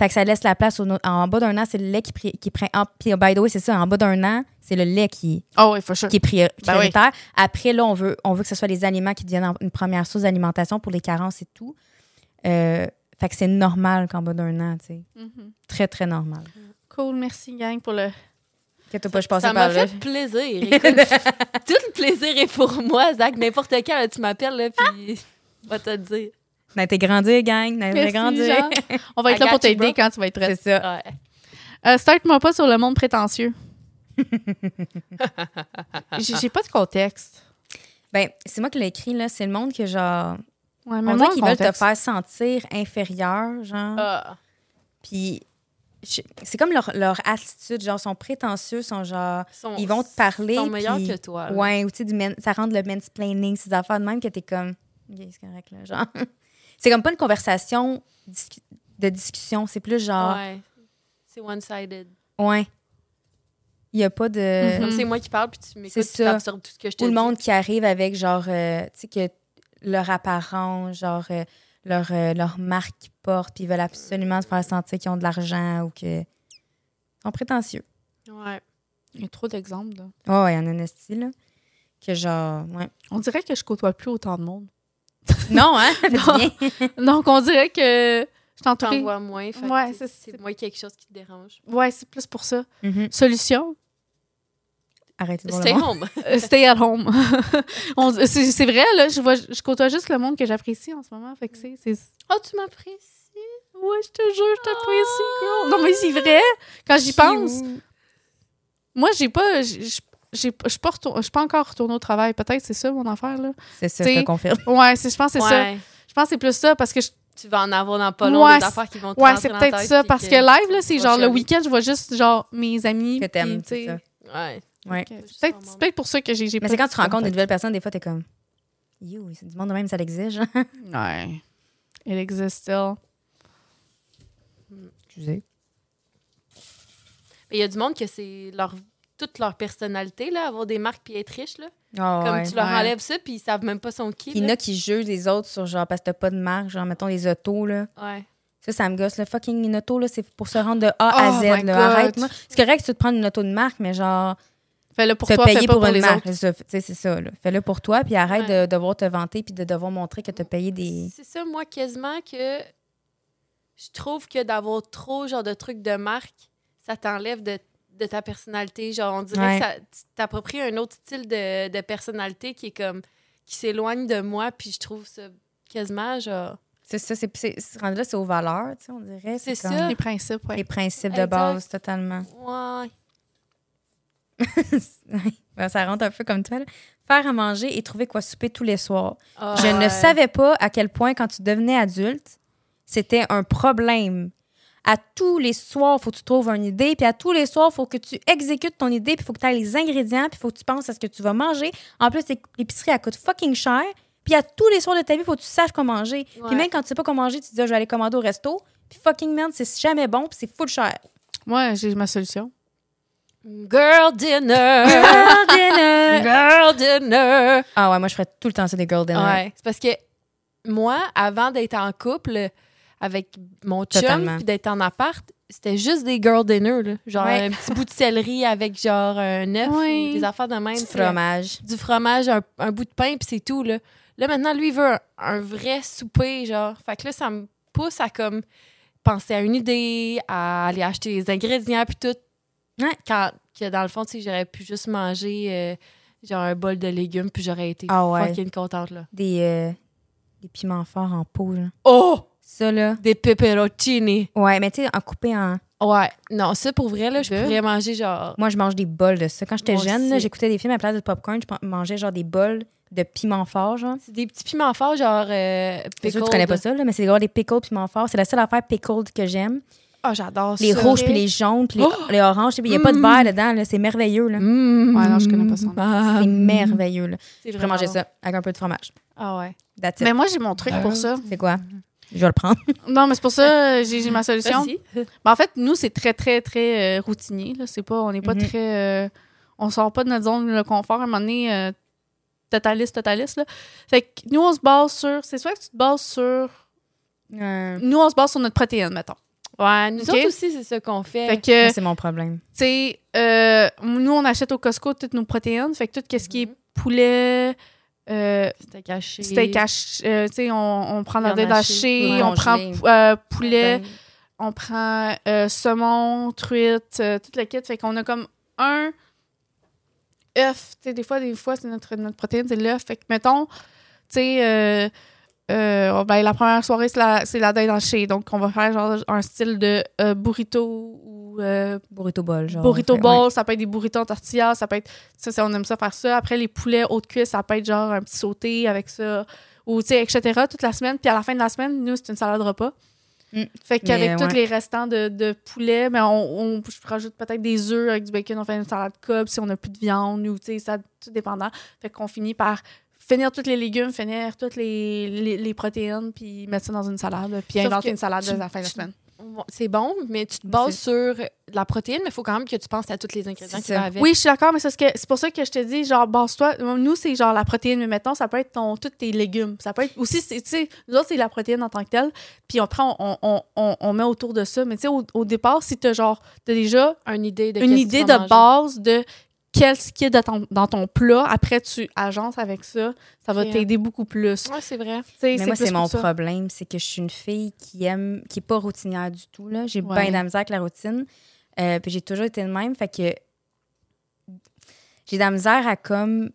Fait que ça laisse la place. au no- en bas d'un an, c'est le lait qui, pri- qui prend. en- Puis, by the way, c'est ça. En bas d'un an, c'est le lait qui,
Oh, oui, for sure.
qui est priori-
Ben oui.
prioritaire. Après, là, on veut, on veut que ce soit les aliments qui deviennent en- une première source d'alimentation pour les carences et tout. Euh, fait que c'est normal qu'en bas d'un an, tu sais.
Mhm.
Très, très normal.
Cool, merci, gang, pour le.
Que t'as pas, je passais
Ça
par
m'a
là.
fait
Euh. (laughs)
plaisir. Écoute, tout le plaisir est pour moi, Zach. N'importe quand, là, tu m'appelles, là, puis on va te le dire.
N'a été grandi, gang. N'a
Merci,
été grandi.
Jean. On va être
I
là
got
pour
you,
t'aider
bro.
quand tu vas être prête.
C'est ça.
Ouais.
Euh, Start-moi pas sur le monde prétentieux. J'ai j'ai pas de contexte.
(laughs) Ben, c'est moi qui l'ai écrit, là. C'est le monde que, genre,
Ouais, mais moi,
on dirait qu'ils
le
veulent te
contexte.
faire sentir inférieur, genre.
Ah.
Puis, je- c'est comme leur, leur attitude, genre, sont prétentieux, sont genre,
sont-
ils vont te parler.
sont meilleurs
puis-
que toi. là.
Ouais, ou tu sais, du man- ça rend le mansplaining, ces affaires de même que t'es comme, OK, c'est correct, là, genre. (laughs) c'est comme pas une conversation discu- de discussion, c'est plus genre,
Ah.
Ouais. C'est one-sided.
Mm.
ouais. Mm-hmm. Il y a pas de.
Mhm.
(laughs)
Comme c'est moi qui parle, puis tu
C'est
m'écoutes, puis
ça.
tu absorbes tout ce que je te
Ou le
dis.
monde qui arrive avec, genre, euh, tu sais, que leur apparence, genre, euh, leur, euh, leur marque qu'ils portent, puis ils veulent absolument te faire sentir qu'ils ont de l'argent ou que. Ils sont prétentieux.
Ouais.
Il y a trop d'exemples. là.
Ouais, ouais, en honestie, là. Que genre, (laughs) ouais.
On dirait que je côtoie plus autant de monde.
Non, hein? Faites
Non.
bien.
Donc, on dirait que je
T'en
t'entoure.
vois moins. fait que
Ouais,
c'est-
ça, c'est-
c'est moins quelque chose qui te dérange.
Ouais, c'est plus pour ça.
Mhm.
Solution,
Arrêtez de voir le
Stay
monde.
home.
(laughs) euh, stay at home. (laughs) On- c'est c'est vrai, là, je, vois, je côtoie juste le monde que j'apprécie en ce moment. Fait que c'est... c'est-
Oh, tu m'apprécies.
Ouais, je te jure, je t'apprécie, girl. Non, mais c'est vrai. Quand j'y pense, moi, j'ai pas... j'ai- j'ai- j'ai pas- Je suis pas, retour- je suis pas encore retournée au travail. Peut-être c'est ça, mon affaire, là.
C'est ça,
T'sais,
je te confirme.
Ouais, c'est- je pense que c'est ça.
Ouais.
Je pense que c'est plus ça parce que je
Tu vas en avoir dans pas long
Ouais,
des affaires qui vont te
Ouais,
rentrer
c'est
dans
peut-être
la tête,
ça.
puis
Parce que live, là, c'est
tu vas
genre le
chialer.
week-end, je vois juste genre mes amis.
Que
puis,
t'aimes,
tu sais.
c'est ça.
Ouais.
Ouais.
Ok. C'est peut-être c'est peut-être pour ça que j'ai. j'ai pas
Mais c'est quand
de
tu rencontres des
contact.
nouvelles personnes, des fois, t'es comme. You, c'est du monde de même, ça l'exige. (laughs) genre.
Ouais. Elle existe still.
Excusez.
Mais il y a du monde que c'est leur toute leur personnalité, là, avoir des marques puis être riche, là.
Ah,
Comme
ouais.
tu leur
ouais.
enlèves ça, puis ils savent même pas son qui.
Puis il y en
là.
a qui jugent les autres sur genre parce que t'as pas de marque, genre mettons les autos là.
Ouais.
Ça, ça me gosse. Le fucking une auto, là, c'est pour se rendre de A
Oh
à Z.
my
là.
God.
Arrête-moi. C'est correct si tu te prends une auto de marque, mais genre,
Fais-le pour
te
toi,
payer
fais pas
pour,
pour,
une
les
marque.
autres.
C'est ça, tu sais, c'est ça. là. Fais-le pour toi, puis arrête
Ouais.
de devoir te vanter, puis de devoir montrer que t'as payé des.
C'est ça, moi, quasiment que je trouve que d'avoir trop, genre, de trucs de marque, ça t'enlève de, de ta personnalité. Genre, on dirait
Ouais.
que ça, tu t'appropries un autre style de, de personnalité qui est comme, qui s'éloigne de moi, puis je trouve ça quasiment, genre,
C'est ça, c'est, c'est, se rendre là, c'est aux valeurs, tu sais, on dirait.
C'est ça.
Les principes,
Les
ouais.
principes de
Exact.
base, totalement.
ouais.
Ben, ça rentre un peu comme toi. là. Faire à manger et trouver quoi souper tous les soirs.
Ah,
Je ne
ouais.
savais pas à quel point, quand tu devenais adulte, c'était un problème. À tous les soirs, il faut que tu trouves une idée, puis à tous les soirs, il faut que tu exécutes ton idée, puis il faut que tu aies les ingrédients, puis il faut que tu penses à ce que tu vas manger. En plus, l'é- l'épicerie, elle coûte fucking cher. Puis à tous les soirs de ta vie, il faut que tu saches quoi manger.
Ouais.
Puis même quand tu sais pas quoi manger, tu te dis, Ah, je vais aller commander au resto. Puis fucking man, c'est jamais bon, puis c'est
(laughs)
full cher.
Moi, j'ai ma solution.
Girl
(laughs)
dinner!
Girl dinner!
Girl dinner!
Ah ouais, moi, je ferais tout le temps ça des girl dinner.
Ouais. C'est parce que moi, avant d'être en couple avec mon
Totalement.
chum puis d'être en appart, c'était juste des girl dinner. là. Genre
Ouais.
un petit bout de céleri avec genre un œuf
Ouais.
ou des affaires de même.
Du
tu sais.
fromage.
Du fromage, un, un bout de pain puis c'est tout. Là. là, maintenant, lui, il veut un, un vrai souper. genre. Fait que là, ça me pousse à comme penser à une idée, à aller acheter les ingrédients puis tout.
Ouais.
Quand, que dans le fond, tu sais, j'aurais pu juste manger euh, genre un bol de légumes puis j'aurais été
Ah ouais.
fucking contente. là.
Des, euh, des piments forts en peau, là.
Oh!
Ça, là.
Des pepperoncini.
Ouais, mais tu sais, en coupé en.
Ouais. Non, ça, pour vrai, là, je
Deux.
pourrais manger genre...
Moi, je mange des bols de ça. Quand j'étais
Moi
jeune, là,
aussi.
j'écoutais des films à la place de popcorn, je pan- mangeais genre des bols de piment fort, genre.
C'est des petits piments forts, genre... Euh,
C'est sûr que
pickled.
tu connais pas ça, là, mais c'est genre des pickles piment fort. C'est la seule affaire pickled que j'aime.
Ah, j'adore ça.
Les rouges, puis les jaunes, puis les,
Oh!
les oranges. Il n'y a pas de
Mm.
vert dedans, là. C'est merveilleux, là.
Mm.
Ouais, non, je connais pas ça.
Ah,
C'est merveilleux, là.
c'est
Je pourrais
vraiment
manger
bon.
ça avec un peu de fromage.
Ah ouais.
That's it.
Mais moi, j'ai mon
Ben
truc pour ça.
C'est quoi? Je vais le prendre.
Non, mais c'est pour ça euh, j'ai j'ai ma solution.
Vas-y.
Mais en fait, nous, c'est très, très, très euh, routinier. Là. C'est pas, on n'est pas
Mhm.
très. euh, on sort pas de notre zone de confort. À un moment donné, euh, totaliste, totaliste. Là. Fait que nous, on se base sur. C'est soit que tu te bases sur.
Euh,
Ouais.
Nous, on se base sur notre protéine, mettons.
Ouais, nous
Ok.
autres aussi, c'est ça qu'on fait.
Fait que,
Ça,
tu
C'est mon problème.
sais, euh, nous, on achète au Costco toutes nos protéines. Fait que tout ce qui est
Mhm.
poulet, euh,
C'était caché.
steak haché, euh, tu sais, on, on prend la
Viande
dinde hachée,
hachée,
on prend
congelée.
euh, poulet.
Ben,
on prend euh, saumon, truite, euh, tout le kit. Fait qu'on a comme un œuf. Tu sais, des fois, des fois, c'est notre, notre protéine, c'est l'œuf. Fait que, mettons, tu sais, euh, euh, on- ben, la première soirée, c'est la, c'est la dinde hachée. Donc, on va faire genre un style de euh, burrito ou euh,
Burrito ball, genre.
burrito
Ouais.
bowl. Ça peut être des burritos en tortilla. Ça peut être... Ça, ça, on aime ça faire ça. Après, les poulets haute cuisse, ça peut être genre un petit sauté avec ça. Ou, tu sais, etc. toute la semaine. Puis à la fin de la semaine, nous, c'est une salade repas.
Mm.
Fait qu'avec
Mais,
tous
ouais.
les restants de, de poulet, ben on, on- je rajoute peut-être des œufs avec du bacon, on fait une salade cob si on n'a plus de viande ou, tu sais, ça, tout dépendant. Fait qu'on finit par finir tous les légumes, finir toutes les, les, les protéines, puis mettre ça dans une salade, puis
Sauf
inventer
que
une salade
tu-
à la fin de la
tu-
semaine.
Bon, C'est bon, mais tu te bases sur de la protéine, mais il faut quand même que tu penses à tous les ingrédients
C'est
qui
ça.
vont avec.
Oui, je suis d'accord, mais c'est ce que- c'est pour ça que je te dis, genre, base-toi. Nous, c'est genre la protéine, mais mettons, ça peut être ton, tous tes légumes. Ça peut être aussi, c'est- tu sais, nous autres, c'est la protéine en tant que telle. Puis après, on, on, on, on- on met autour de ça. Mais tu sais, au, au départ, si t'as genre, t'as déjà
Une idée de
une
qu'est-ce que
idée
tu
de
vas manger.
base de qu'est-ce qu'il y a dans ton, dans ton plat, après, tu agences avec ça. Ça va
Ok.
t'aider beaucoup plus. Tu
Ouais, c'est vrai.
sais,
Mais moi,
plus
c'est
pour
mon
ça.
problème, c'est que je suis une fille qui aime, qui est pas routinière du tout. Là. J'ai
Ouais.
bien de la misère avec la routine. Euh, puis j'ai toujours été de même. Fait que j'ai de la misère à comme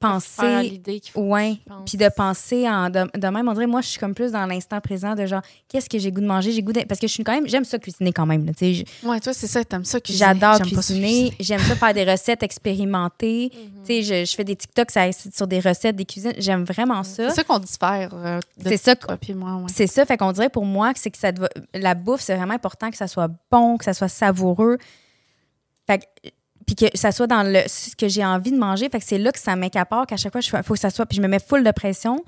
Faire à
penser.
l'idée qu'il faut.
Ouais.
que tu penses.
Puis de penser en. De, de même, on dirait, moi, je suis comme plus dans l'instant présent de genre, qu'est-ce que j'ai goût de manger? J'ai goût de- Parce que je suis quand même. J'aime ça cuisiner quand même. là, tu sais, je-
Ouais, toi, c'est ça, t'aimes ça cuisiner.
J'adore
J'aime pas ça Mhm.
cuisiner. J'aime ça faire des recettes expérimentées.
(laughs)
Tu sais, je, je fais des TikToks ça- sur des recettes, des cuisines. J'aime vraiment
C'est
ça.
ça qu'on diffère. euh, de
C'est ça que-
toi puis moi, ouais.
C'est ça, fait qu'on dirait pour moi que c'est que ça doit- la bouffe, c'est vraiment important que ça soit bon, que ça soit savoureux. Fait que- puis que ça soit dans le ce que j'ai envie de manger, fait que c'est là que ça m'écapare qu'à chaque fois je fais- faut que ça soit puis je me mets full de pression.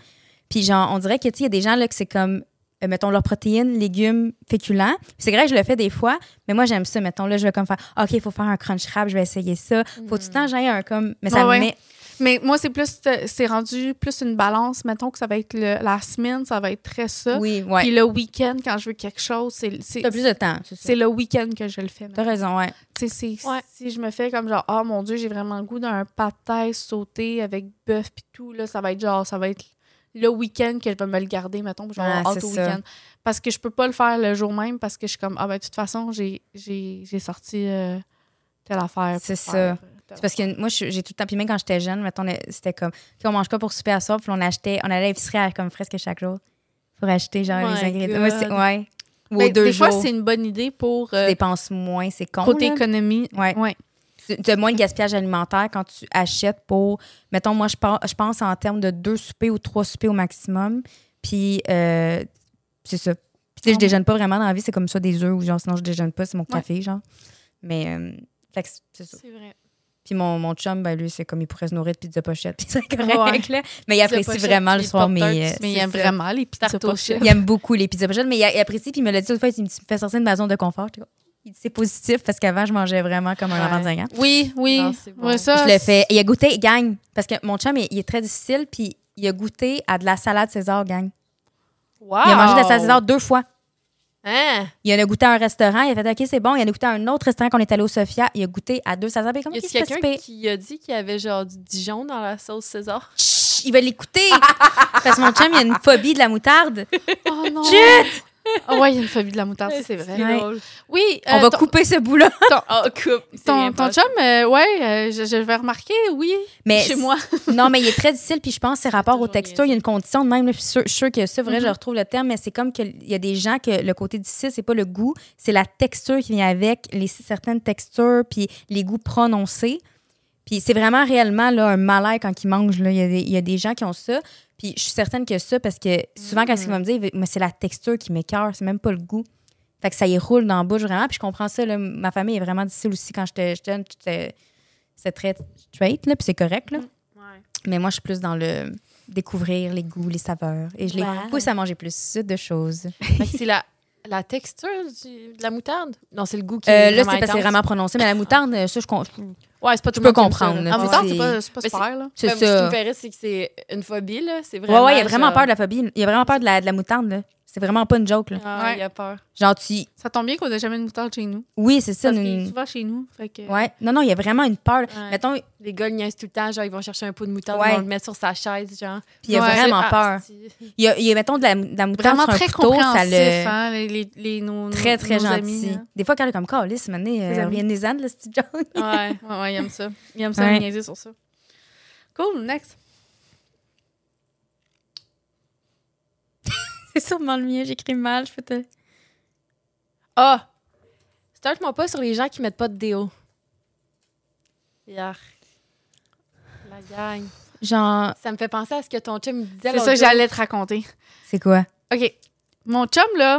Puis genre on dirait que tu sais, il y a des gens là que c'est comme euh, mettons leurs protéines, légumes, féculents. Puis C'est vrai que je le fais des fois, mais moi j'aime ça mettons là je vais comme faire OK, il faut faire un crunch wrap, je vais essayer ça. Faut tout le temps j'aille un comme mais ça
Ouais,
me
Mm. Ah ouais.
met
Mais moi, c'est plus, euh, c'est rendu plus une balance. Mettons que ça va être le- la semaine, ça va être très ça.
oui, ouais.
Puis le week-end, quand je veux quelque chose, c'est c'est-
T'as plus de temps, c'est ça.
c'est le week-end que je le fais.
T'as raison, ouais.
Tu sais, c'est-
Ouais.
Si je me fais comme genre, oh mon Dieu, j'ai vraiment le goût d'un pâté sauté avec bœuf puis tout, là, ça va être genre, ça va être le week-end que je vais me le garder, mettons, puis je vais avoir
Ouais,
hâte
Ah, c'est
au
ça.
week-end. Parce que je peux pas le faire le jour même parce que je suis comme, ah ben, de toute façon, j'ai j'ai- j'ai sorti euh, telle affaire.
C'est
pour
ça.
faire, euh, telle
C'est parce que moi, je- j'ai tout le temps. Puis même quand j'étais jeune, mettons, le- c'était comme. OK, on mange quoi pour souper à soir? Puis on achetait. On allait à l'épicerie à comme presque chaque jour pour acheter, genre,
Oh my
les ingrédients.
God.
Moi, c'est- ouais. Ou
Ben,
aux deux
des
jours.
fois, c'est une bonne idée pour
tu
euh,
dépenses moins, c'est con.
côté
là.
économie.
Ouais.
Ouais.
Tu tu as moins de gaspillage alimentaire quand tu achètes pour. Mettons, moi, je pense, je pense en termes de deux soupers ou trois soupers au maximum. Puis, euh, c'est ça. Puis, tu sais, je
Ah.
déjeune pas vraiment dans la vie. C'est comme ça, des œufs ou genre, sinon, je déjeune pas, c'est mon café, genre. Mais, euh, fait que c'est- c'est ça.
C'est vrai.
Puis mon, mon chum, ben lui, c'est comme il pourrait se nourrir de pizza pochette. (laughs) Puis c'est correct, là. Mais il apprécie
pochette,
vraiment le
puis
soir. Mais,
Pop-Tarts,
euh,
Mais il
c'est
aime
ça.
vraiment les pizzas
Tarte aux
pas chères.
Il aime beaucoup les pizzas pochettes. Mais il, a- il apprécie. Puis il me l'a dit une fois, il me dit, Tu me fait sortir de ma zone de confort. J'étais comme, Il dit, c'est positif parce qu'avant, je mangeais vraiment comme un
Ouais.
enfant de 5 ans.
Oui, oui.
Non, Ah, c'est bon.
Ouais, ça,
Je le fais. Il a goûté, gagne. Parce que mon chum, il, il est très difficile. Puis il a goûté à de la salade César, gagne.
Wow!
Il a mangé de la salade César deux fois.
Hein?
Il en a goûté à un restaurant, il a fait OK, c'est bon. Il en a goûté à un autre restaurant qu'on est allé au Sofia. Il a goûté à deux salades. Puis Comment
Y a
qu'il se fait si
quelqu'un
pire?
qui a dit qu'il y avait genre du Dijon dans la sauce César?
(laughs) Chut, il va l'écouter. (laughs) Parce que mon chum, il a une phobie de la moutarde.
Oh non! Ah ouais, il y a une phobie de la moutarde, ça, c'est vrai.
Ouais.
Oui,
On
euh,
va
ton,
couper ce bout-là.
Oh, coupe! C'est
ton, ton
impossible.
chum, euh, ouais, euh, je, je le vais remarquer, oui,
Mais
chez moi.
(laughs) non, mais il est très difficile. Puis je pense que c'est rapport aux
Toujours
textures. Il y a une condition de même. Là, puis je suis sûre- je suis sûre que ça, vrai, je
Mhm.
retrouve le terme, mais c'est comme qu'il y a des gens que le côté difficile, c'est pas le goût, c'est la texture qui vient avec, les certaines textures, puis les goûts prononcés. Puis c'est vraiment réellement là, un malaise quand ils mangent. Là. Il, y a des, il y a des gens qui ont ça. Puis je suis certaine que ça, parce que souvent, quand
Mhm.
ils vont me dire, mais c'est la texture qui m'écœure, c'est même pas le goût. Fait que ça y roule dans la bouche vraiment. Puis je comprends ça. là. ma famille est vraiment difficile aussi. Quand j'étais j'étais jeune, j'étais- c'était très straight, là, puis c'est correct. Là.
Mm. Ouais.
Mais moi, je suis plus dans le découvrir les goûts, les saveurs. Et je les
Wow.
pousse à manger plus de choses.
Fait que c'est la, la texture du- de la moutarde? Non, c'est le goût qui
Euh,
est
là, c'est parce que c'est
intense.
vraiment prononcé, mais la moutarde, euh, ça, je, con-
Ouais, c'est pas tout
Je
le
peux
monde qui aime
comprendre,
ça, là.
En même
Ouais.
temps, c'est pas, c'est pas
Mais
super, là.
C'est
Comme Ce qui
ça.
me ferait, c'est que c'est une phobie, là. C'est
Ouais,
vraiment.
ouais, il a vraiment
genre-
peur de la phobie. Il a vraiment peur de la, de la moutarde, là. C'est vraiment pas une joke, là.
Ah,
Ouais.
il a peur.
Genre, tu.
Ça tombe bien qu'on n'a jamais de moutarde chez nous.
Oui, c'est ça.
Parce
une-
qu'il est souvent chez nous. Fait que...
Ouais. Non, non, il y a vraiment une peur.
Ouais.
Mettons,
Les gars le niaisent tout le temps, genre, ils vont chercher un pot de moutarde,
Ouais.
ils vont le mettre sur sa chaise, genre.
puis il a
Ouais.
vraiment
Ah,
peur.
c'est-
Il y a, il y a, mettons, de la, de la moutarde
Vraiment
sur un
très
couteau, ça
compréhensif,
le.
hein, les, les, les- nos, nos-
Très, très
nos
gentil.
amis, hein.
Des fois, quand elle est comme Calice, maintenant,
Les
euh,
amis.
reviennez-en de le petit
(laughs)
John.
Ouais.
Ouais, ouais, il aime ça. Il aime ça
Ouais.
niaiser sur ça. Cool, next.
(laughs) c'est sûrement le mien, j'écris mal, je peux te.
Ah! Start-moi pas sur les gens qui mettent pas de déo. Yark. La gang.
Genre.
Ça me fait penser à ce que ton chum me disait
C'est ça que j'allais te raconter.
C'est quoi?
OK. Mon chum, là,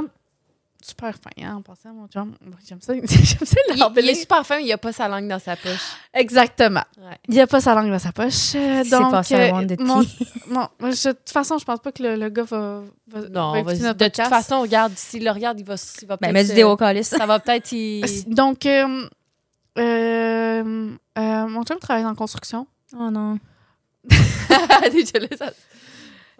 super fin, hein, en passant, mon chum. Bon, J'aime ça. (laughs) J'aime ça
Il, il est
l'embeller.
super fin, il a pas sa langue dans sa poche.
Exactement.
Ouais.
Il a pas sa langue dans sa poche. euh,
Qu'est-ce qui s'est
donc,
passé à la ronde de
euh,
thé?
mon- (laughs) mon- moi, je- de toute façon, je pense pas que le, le gars va, va-
Non,
va
vas-y.
écouter
de
notre
toute
podcast.
façon, regarde, s'il le regarde, il va, s- il va
Ben,
peut-être
mets du
euh,
se-
déo, Calice.
(laughs)
Ça va peut-être.
(laughs)
Il... (laughs)
Donc, euh, euh, euh, mon chum travaille en construction.
Oh non.
Déjà là, ça-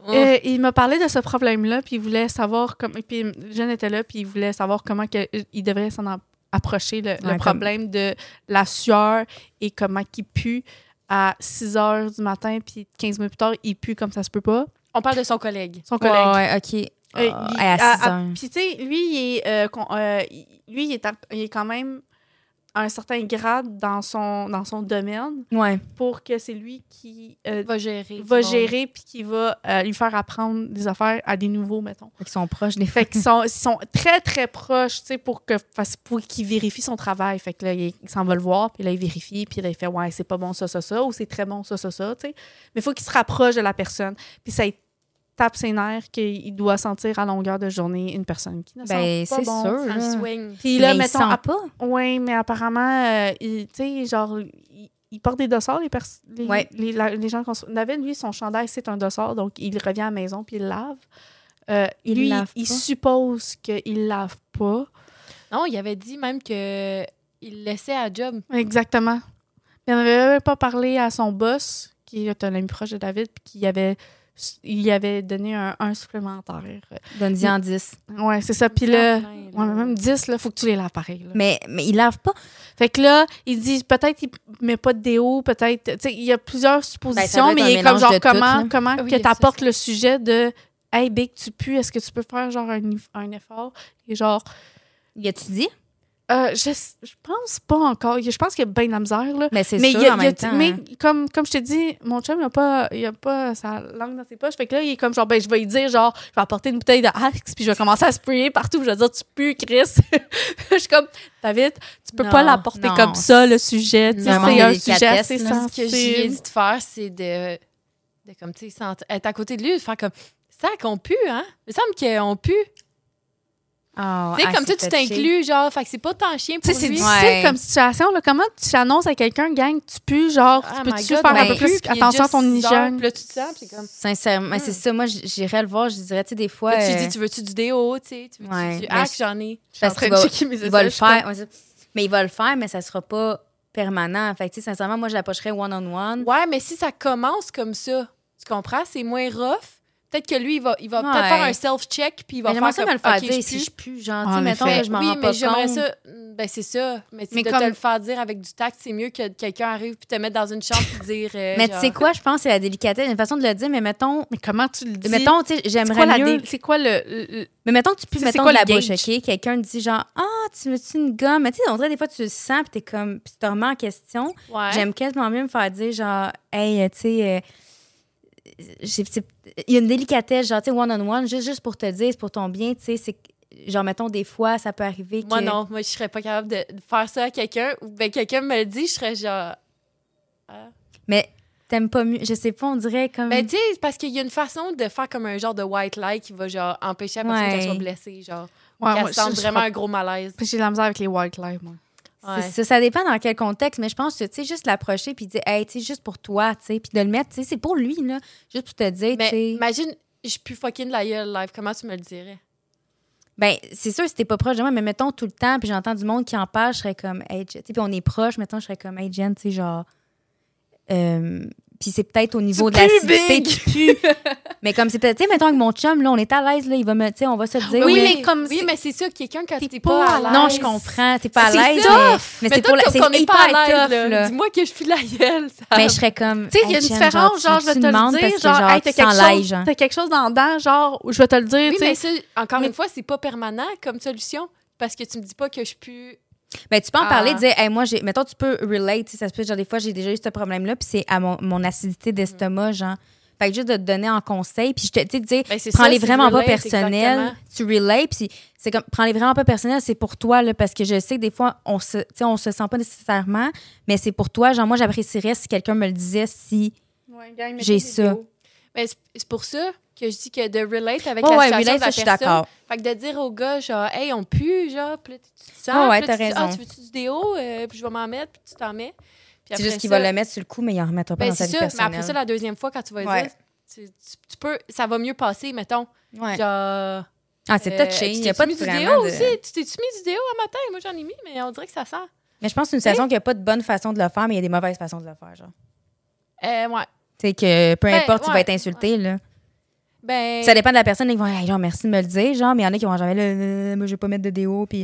Mm.
Ouais.
Euh, il m'a parlé de ce problème-là, puis il voulait savoir comment. Puis Jeanne était là, puis il voulait savoir comment que- euh, il devrait s'en am- approcher le, le
comme-
problème de la sueur et comment qu'il pue à 6 heures du matin, puis 15 minutes plus tard, il pue comme ça se peut pas.
On parle de son collègue.
Son
Ouais,
collègue.
ouais, ok.
Euh, il-
Ah, hey, à
à-
six
à-
heures.
Puis tu sais, lui, il est, euh, con- euh, il- lui il, est en- il est quand même à un certain grade dans son, dans son domaine
Ouais.
pour que c'est lui qui euh,
Va gérer.
va
du monde.
gérer puis qui va euh, lui faire apprendre des affaires à des nouveaux, mettons.
Fait qu'ils sont proches des
Fait qu'ils sont, ils sont très, très proches, tu sais, pour que parce- pour qu'il vérifie son travail. Fait que là, il, il s'en va le voir, puis là, il vérifie, puis là, il fait « Ouais, c'est pas bon ça, ça, ça », ou « C'est très bon ça, ça, ça », tu sais. Mais il faut qu'il se rapproche de la personne. Puis ça lui tape ses nerfs qu'il doit sentir à longueur de journée une personne qui ne
Ben,
sent pas
c'est
bon.
sûr.
Ça
là.
le swing.
Puis là,
Mais ils
mettons,
sentent
à-
pas.
oui, mais apparemment, euh, il- tu sais, genre, il, il porte des dossards, les, pers- les,
Ouais.
les, la- les gens qu'on s- Navin, lui, son chandail, c'est un dossard, donc il revient à la maison puis il le lave. Euh,
Il
lui,
lave
il
pas.
suppose qu'il ne lave pas.
Non, il avait dit même que il laissait à job.
Exactement. Il n'avait même pas parlé à son boss, qui est un ami proche de David, puis qu'il avait, il lui avait donné un, un supplémentaire.
Donne-y en 10.
Ouais, c'est
Ah,
ça. Puis là, ouais, même 10, là, faut que tu les laves pareil. là.
Mais, mais ils lavent pas.
Fait que là, il dit peut-être il met pas de déo, peut-être. Tu sais, il y a plusieurs suppositions,
Ben, ça doit être
mais
un
il est comme
mélange
genre
de tout,
comment,
là.
comment
Ah oui,
que
il y a
tu apportes
ça.
le sujet de Hey, Big, tu pues, est-ce que tu peux faire genre un, eff- un effort? Et genre,
Il a-tu dit?
Euh, je, je pense pas encore. Je pense qu'il y a bien de la misère, là.
Mais c'est
Mais,
sûr
il y a-
en
il y a-
même temps.
mais
hein.
comme, comme je t'ai dit, mon chum, il a pas, il a pas sa langue dans ses poches. Fait que là, il est comme genre, ben, je vais lui dire, genre, je vais apporter une bouteille de Axe, puis je vais commencer à sprayer partout. Je vais dire, tu pues, Chris. (laughs) je suis comme, David, tu peux
Non,
pas l'apporter
non.
comme ça, le sujet. Tu sais,
Non,
c'est
mais
un
les
sujet
catesses,
assez
là, ce
Ce que j'ai
sensible.
dit de faire, c'est de, de comme, tu sais, sent- être à côté de lui, de faire comme, ça qu'on pue, hein? Il me semble qu'on pue.
Ah,
tu sais,
ah,
comme
c'est
ça, tu
touché.
t'inclus, genre, fait que c'est pas tant chien
Tu
pour
sais, c'est
lui.
difficile
Ouais.
comme situation. Là. Comment tu annonces à quelqu'un, gang, tu pues, genre,
Ah,
tu
my
peux-tu
God,
faire un
ben,
peu
puis
plus
il est
attention à
juste
ton
six heures,
hygiène?
puis là, tu te sens, puis c'est comme.
Sincèrement, mais
Hmm.
c'est ça. Moi, j- j'irais le voir. Je dirais, tu sais, des fois.
Là, tu lui
euh,
dis, tu veux-tu du déo, tu sais? Tu veux-tu
Ouais,
du
mais
hack?
je-
J'en ai.
Je suis en
Parce
train
qu'il
de
va-
checker mes
il
messages,
va le
je suis
faire. on dit- Mais il va le faire, mais ça sera pas permanent. Fait que, tu sais, sincèrement, moi, je l'approcherais one-on-one.
Ouais, mais si ça commence comme ça, tu comprends? C'est moins rough. Peut-être que lui, il va, il va
Ouais.
peut-être faire un self-check, puis il va
Mais
faire
j'aimerais ça
comme,
me le faire
OK, je
dire si
pue.
je pue, genre,
En
tu sais, mettons,
effet.
là, je m'en
oui,
rends
mais
pas
j'aimerais
compte.
ça. Ben, c'est ça. Mais, tu
Mais
de te
comme-
le faire dire avec du tact, c'est mieux que quelqu'un arrive puis te mettre dans une chambre et dire. euh,
(laughs) Mais tu
genre,
sais quoi, je pense que c'est la délicatesse, une façon de le dire, mais mettons,
Mais comment tu le dis?
mettons, tu sais,
c'est quoi,
j'aimerais
la
mieux.
dé- c'est quoi le- le- le
Mais mettons que tu
C'est-
pues,
c'est
mettons,
quoi
de la
le
bouche,
gauge?
OK? Quelqu'un te dit genre, ah, tu veux-tu une gomme? Mais tu sais, on dirait des fois, tu le sens, puis t'es comme, puis tu te remets en question.
Ouais.
J'aime quasiment mieux me faire dire genre, hey, euh, tu sais, euh, j'ai- c'est- il y a une délicatesse, genre, tu sais, one-on-one, juste, juste pour te dire, c'est pour ton bien, tu sais, c'est que- genre, mettons, des fois, ça peut arriver que.
Moi, non. Moi, je serais pas capable de de faire ça à quelqu'un. Ou ben, quelqu'un me le dit, je serais genre. Ah.
Mais t'aimes pas mieux, je sais pas, on dirait comme.
Ben, tu sais, c'est parce qu'il y a une façon de faire comme un genre de white lie qui va, genre, empêcher la personne
Ouais.
qu'elle soit blessée, genre.
Ouais,
qu'elle
moi,
sente
je- je
vraiment
ferais-
un gros malaise.
J'ai de la misère avec les wildlife, moi.
C'est
Ouais.
ça, ça dépend dans quel contexte, mais je pense que, tu sais, juste l'approcher puis dire, hey, tu sais, juste pour toi, tu sais, puis de le mettre, tu sais, c'est pour lui, là. Juste pour te dire, tu
Mais
sais.
imagine, je suis plus fucking la gueule live. Comment tu me le dirais?
Ben, c'est sûr, si t'es pas proche de moi, mais mettons tout le temps, puis j'entends du monde qui en parle, je serais comme, hey, Jen. Tu sais, puis on est proche, mettons, je serais comme, hey, Jen, tu sais, genre. euh, puis c'est peut-être au niveau de
pues,
l'acidité
Big!
qui pue. (laughs) mais comme c'est peut-être, tu sais, mettons, avec mon chum, là, on est à l'aise, là, il va me, tu sais, on va se dire.
Oui,
là,
mais comme
Oui,
c'est-
mais c'est ça, quelqu'un quand
T'es
t'es
pas
pas à
à
l'aise.
Non, je comprends, t'es pas à
C'est
l'aise.
tough!
Mais, mais
Mais
c'est pour
toi,
la-
quand
c'est
on est pas
hyper
à
tough,
l'aise,
là.
là, dis-moi que je suis la gueule. Ça...
Mais je serais comme.
Tu sais, il y a une
Hey, Jen,
différence, genre, je
tu-
vais
tu
te le
demandes
dire,
parce que,
genre, hey, t'as
tu
quelque,
sens l'ail,
chose-
genre.
t'as quelque chose dans le dent, genre, je vais te le dire,
Oui,
tu
mais
sais.
ça, encore
Mais-
une fois, c'est pas permanent comme solution parce que tu me dis pas que je peux.
Ben, tu peux en
Ah.
parler, dire, hey, moi, j'ai. Mettons, tu peux relate, tu sais, ça se peut, genre, des fois, j'ai déjà eu ce problème-là, puis c'est à mon, mon
Mm-hmm.
acidité d'estomac, genre. Fait que juste de te donner en conseil, puis je te, tu sais, de dire,
Ben, c'est ça,
prends-les
c'est
vraiment pas
relate,
personnels.
exactement.
Tu relates, puis c'est comme, prends-les vraiment pas personnels, c'est pour toi, là, parce que je sais que des fois, on se, tu sais, on se sent pas nécessairement, mais c'est pour toi. Genre, moi, j'apprécierais si quelqu'un me le disait, si.
Ouais, gars, il met
J'ai
des
ça.
vidéos.
Mais Ben, c'est- c'est pour ça que je dis que de relate avec
Ouais,
la
ouais,
situation
relate,
de la
ça, je suis
personne.
d'accord.
Fait que de dire au gars, genre, hey, on pue, genre, puis là, tu tu te sens.
Ah ouais,
puis là,
t'as
tu dis, Ah,
raison.
tu veux-tu du déo? Euh, puis je vais m'en mettre, puis tu t'en mets. Puis
C'est
après
juste qu'il
ça-
va le mettre sur le coup, mais il en remettra pas
Ben,
dans sa
c'est
vie
sûr, mais après ça,
personnelle.
la deuxième fois, quand tu vas le
Ouais.
dire, tu, tu- tu peux, ça va mieux passer, mettons.
Ouais.
Genre.
Ah, c'est
euh,
touché.
tu
Il n'y a
t'es-tu
pas de
mis du
vraiment
déo
de-
aussi. Tu t'es-tu mis du déo un matin? Moi, j'en ai mis, mais on dirait que ça sent.
Mais je pense que c'est une situation qu'il n'y a pas de bonne façon de le faire, mais il y a des mauvaises façons de le faire, genre.
Euh, ouais.
Tu sais que peu
Ben,
importe, tu vas
ouais,
être insulté, là.
Ben.
Ça dépend de la personne. Ils vont, hey, genre, merci de me le dire, genre, mais il y en a qui vont jamais, là, là, là, moi, je vais pas mettre de déo, puis.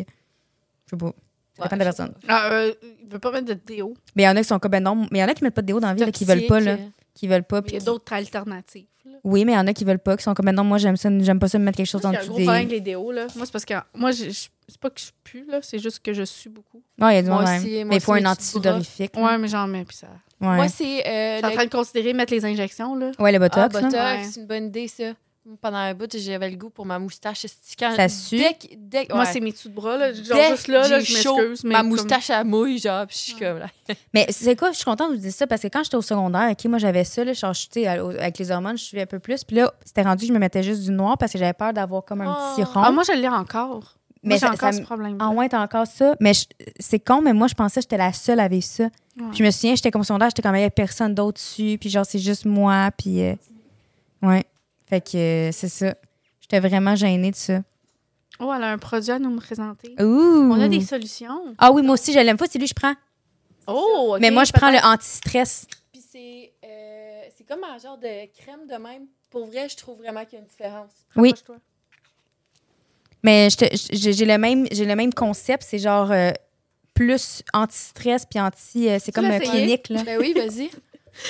Je sais pas. Ça
Ouais,
dépend de la
je sais
personne.
Ah, euh, il veut pas mettre de déo.
Mais il y en a qui sont comme, ben non, mais il y en a qui mettent pas de déo dans la vie, là, qui veulent pas, là.
Toxique, euh.
Qui veulent pas.
Mais Il y
puis
a
qui-
d'autres alternatives. là.
Oui, mais il y en a qui veulent pas, qui sont comme, ben non, moi, j'aime ça, j'aime pas ça me mettre quelque chose
Moi,
dans
j'ai un
dessous
gros
des.
problème avec
Ouais,
les déos, là. Moi, c'est parce que moi, je, je- c'est pas que je pue, là, c'est juste que je sue beaucoup.
il y a du
Moi
monde,
aussi,
ouais.
moi
Mais il faut
aussi,
un
mes petits bras.
antidorifique.
Ouais, mais j'en mets, puis ça.
Ouais.
Moi, c'est. euh,
Je suis en
le-
train de considérer mettre les injections, là.
Ouais, le
Ah,
botox, là.
Botox,
Ouais.
c'est une bonne idée, ça. Pendant un bout, j'avais le goût pour ma moustache. C'est Quand,
Ça sue?
Dès, que- dès que-
Moi,
ouais.
c'est mes dessous de bras, là. Genre,
Dès
juste là, là,
que
je
j'ai chaud,
m'excuse. mais
Ma
comme-
moustache à mouille, genre, puis je suis
Ouais.
comme là.
Mais c'est quoi, je suis contente que vous dites ça parce que quand j'étais au secondaire, OK, moi j'avais ça, là, genre, je- tu sais, à- au- avec les hormones, je suis un peu plus. Puis là, c'était rendu, que je me mettais juste du noir parce que j'avais peur d'avoir comme un
Oh.
petit rond.
Ah, moi, je l'ai encore. Mais
mais
j'ai
ça-
encore
ça Ah
ce
me-
problème.
En moins, t'as encore ça. Mais je- c'est con, mais moi, je pensais que j'étais la seule à vivre ça. Puis je me souviens, j'étais comme au secondaire, j'étais comme, il y a personne d'autre dessus. Puis genre, c'est juste moi. Puis, euh, ouais. Fait que euh, c'est ça. J'étais vraiment gênée de ça.
Oh, elle a un produit à nous présenter.
Ouh!
On a des solutions.
Ah oui, moi aussi, je l'aime pas. C'est lui, que je prends.
Oh,
mais moi, je prends le anti-stress.
Puis c'est euh, c'est comme un genre de crème de même. Pour vrai, je trouve vraiment qu'il y a une différence.
Oui. Mais je te- je- j'ai j'ai le même j'ai le même concept, c'est genre euh, plus anti-stress puis anti euh,
Tu
c'est comme
l'as
euh,
essayé?
clinique là.
Ben oui, (laughs) vas-y.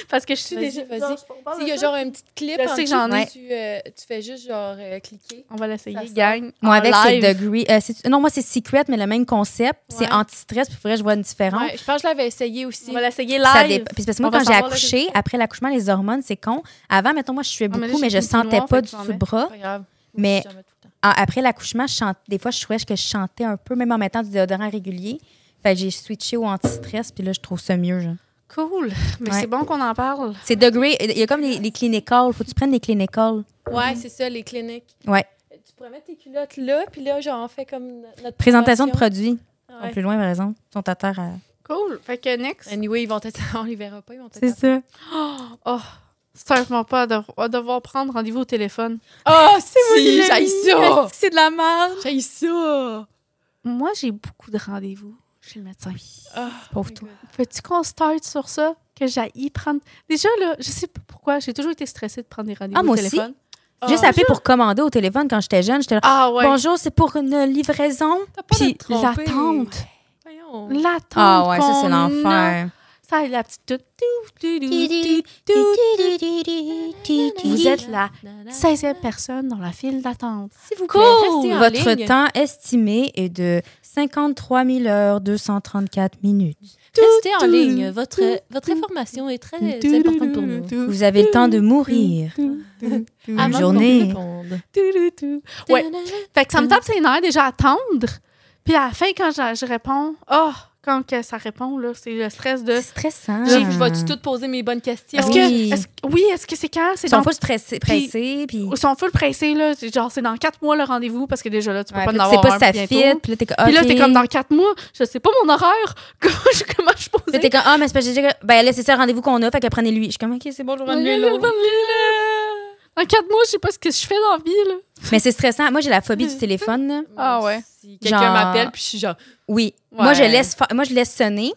Parce que je suis
Vas-y,
déjà.
vas-y.
Non, je peux pas
Il y a
le
genre une petite clip
Je
en
sais que
dessous,
j'en ai.
Tu, euh, tu fais juste genre euh, cliquer.
On va l'essayer,
Ça sent.
gang.
Moi
en
avec c'est
live.
degree euh, c'est- non moi c'est secret mais le même concept,
Ouais.
c'est anti-stress puis vrai je vois une différence.
Ouais, je pense que je l'avais essayé aussi.
On va l'essayer live.
Ça dépend. Puis c'est parce que moi
On va
quand j'ai
savoir le
accouché,
résultat.
après l'accouchement les hormones, c'est con. Avant mettons moi je suais
Ah, mais là,
beaucoup
j'ai
mais je
une petite
sentais
noire, fait
pas
que
du
j'en
tout
mets.
le bras.
Pas grave.
Mais-
J'en mets tout le temps.
Ah, après l'accouchement, je chante- des fois, je trouvais que je chantais un peu, même en mettant du déodorant régulier. Fait que j'ai switché au anti-stress, puis là, je trouve ça mieux. genre.
Cool. Mais
Ouais.
c'est bon qu'on en parle.
C'est degré. Il y a comme les, les clinicals. Faut que tu prennes des clinicals.
Ouais, c'est ça, les cliniques.
Ouais.
Euh, Tu pourrais mettre tes culottes là, puis là, genre, on fait comme no- notre
Présentation de
promotion.
produits.
Ouais.
Plus loin, par exemple. Ils sont à terre. euh, à-
Cool. Fait que next.
Anyway, ils vont être... (laughs) on les verra pas, ils vont être...
ça.
Oh, certainement pas à devoir, à devoir prendre rendez-vous au téléphone.
Oh, c'est moi
Si,
qui
j'haïs
j'ai
ça.
ça!
C'est de la merde.
J'ai ça!
Moi, j'ai beaucoup de rendez-vous chez le médecin.
Ah,
Pauvre
my
toi.
God.
Peux-tu qu'on start sur ça? Que j'aille prendre. Déjà, là, je sais pas pourquoi. J'ai toujours été stressée de prendre des rendez-vous
Ah, moi
au
aussi.
téléphone.
Juste
Ah,
appelé pour commander au téléphone quand j'étais jeune. J'étais là.
Ah, ouais.
Bonjour, c'est pour une livraison.
T'as pas
Puis
de tromper.
l'attente.
Voyons.
L'attente.
Ah ouais, ça, c'est
qu'on a.
l'enfer.
Ça, la petite. toute. Tou, tou, tou, tou, tou.
Vous
Vous
êtes
êtes la 16e personne dans la file d'attente.
Si vous
Cool.
cool.
Votre temps estimé est de 53 000 heures 234 minutes.
Restez en
Tout,
ligne.
tout,
Votre,
tout,
votre
tout,
information est très importante pour nous.
Vous avez le temps de mourir.
Avant
Une
qu'on
journée.
vous réponde.
Ouais. Fait
Mmh.
que ça me tape ses nerfs déjà à attendre. Puis à la fin, quand je, je réponds, oh, quand que ça répond, là, c'est le stress de.
C'est stressant.
J'ai- Je vais-tu tout poser mes bonnes questions?
Est-ce
Oui.
que. est-ce- oui, est-ce que c'est quand? C'est
Ils sont
dans.
full stressés,
Puis-
pressés, puis...
Ils sont full pressés, là. C'est Genre, c'est dans quatre mois le rendez-vous parce que déjà là, tu peux
Ouais,
pas
puis
en
tu sais
avoir
pas
un
si ça
bientôt.
fit, puis là, t'es comme...
Puis là,
OK.
t'es comme dans quatre mois, je sais pas mon horaire. (laughs) Comment je, comment je pose?
Puis t'es comme, ah, mais c'est parce que j'ai... Ben là, c'est ça le rendez-vous qu'on a, fait que prenez-lui. Je suis comme, OK, c'est bon, je vais prendre lui, là.
Dans En quatre mois, je sais pas ce que je fais dans la vie, là.
Mais c'est stressant. Moi, j'ai la phobie du téléphone. là.
Ah ouais.
Si quelqu'un
Genre-
m'appelle, puis je suis genre,
Oui. Moi, je
Ouais.
laisse fa- moi, je laisse sonner,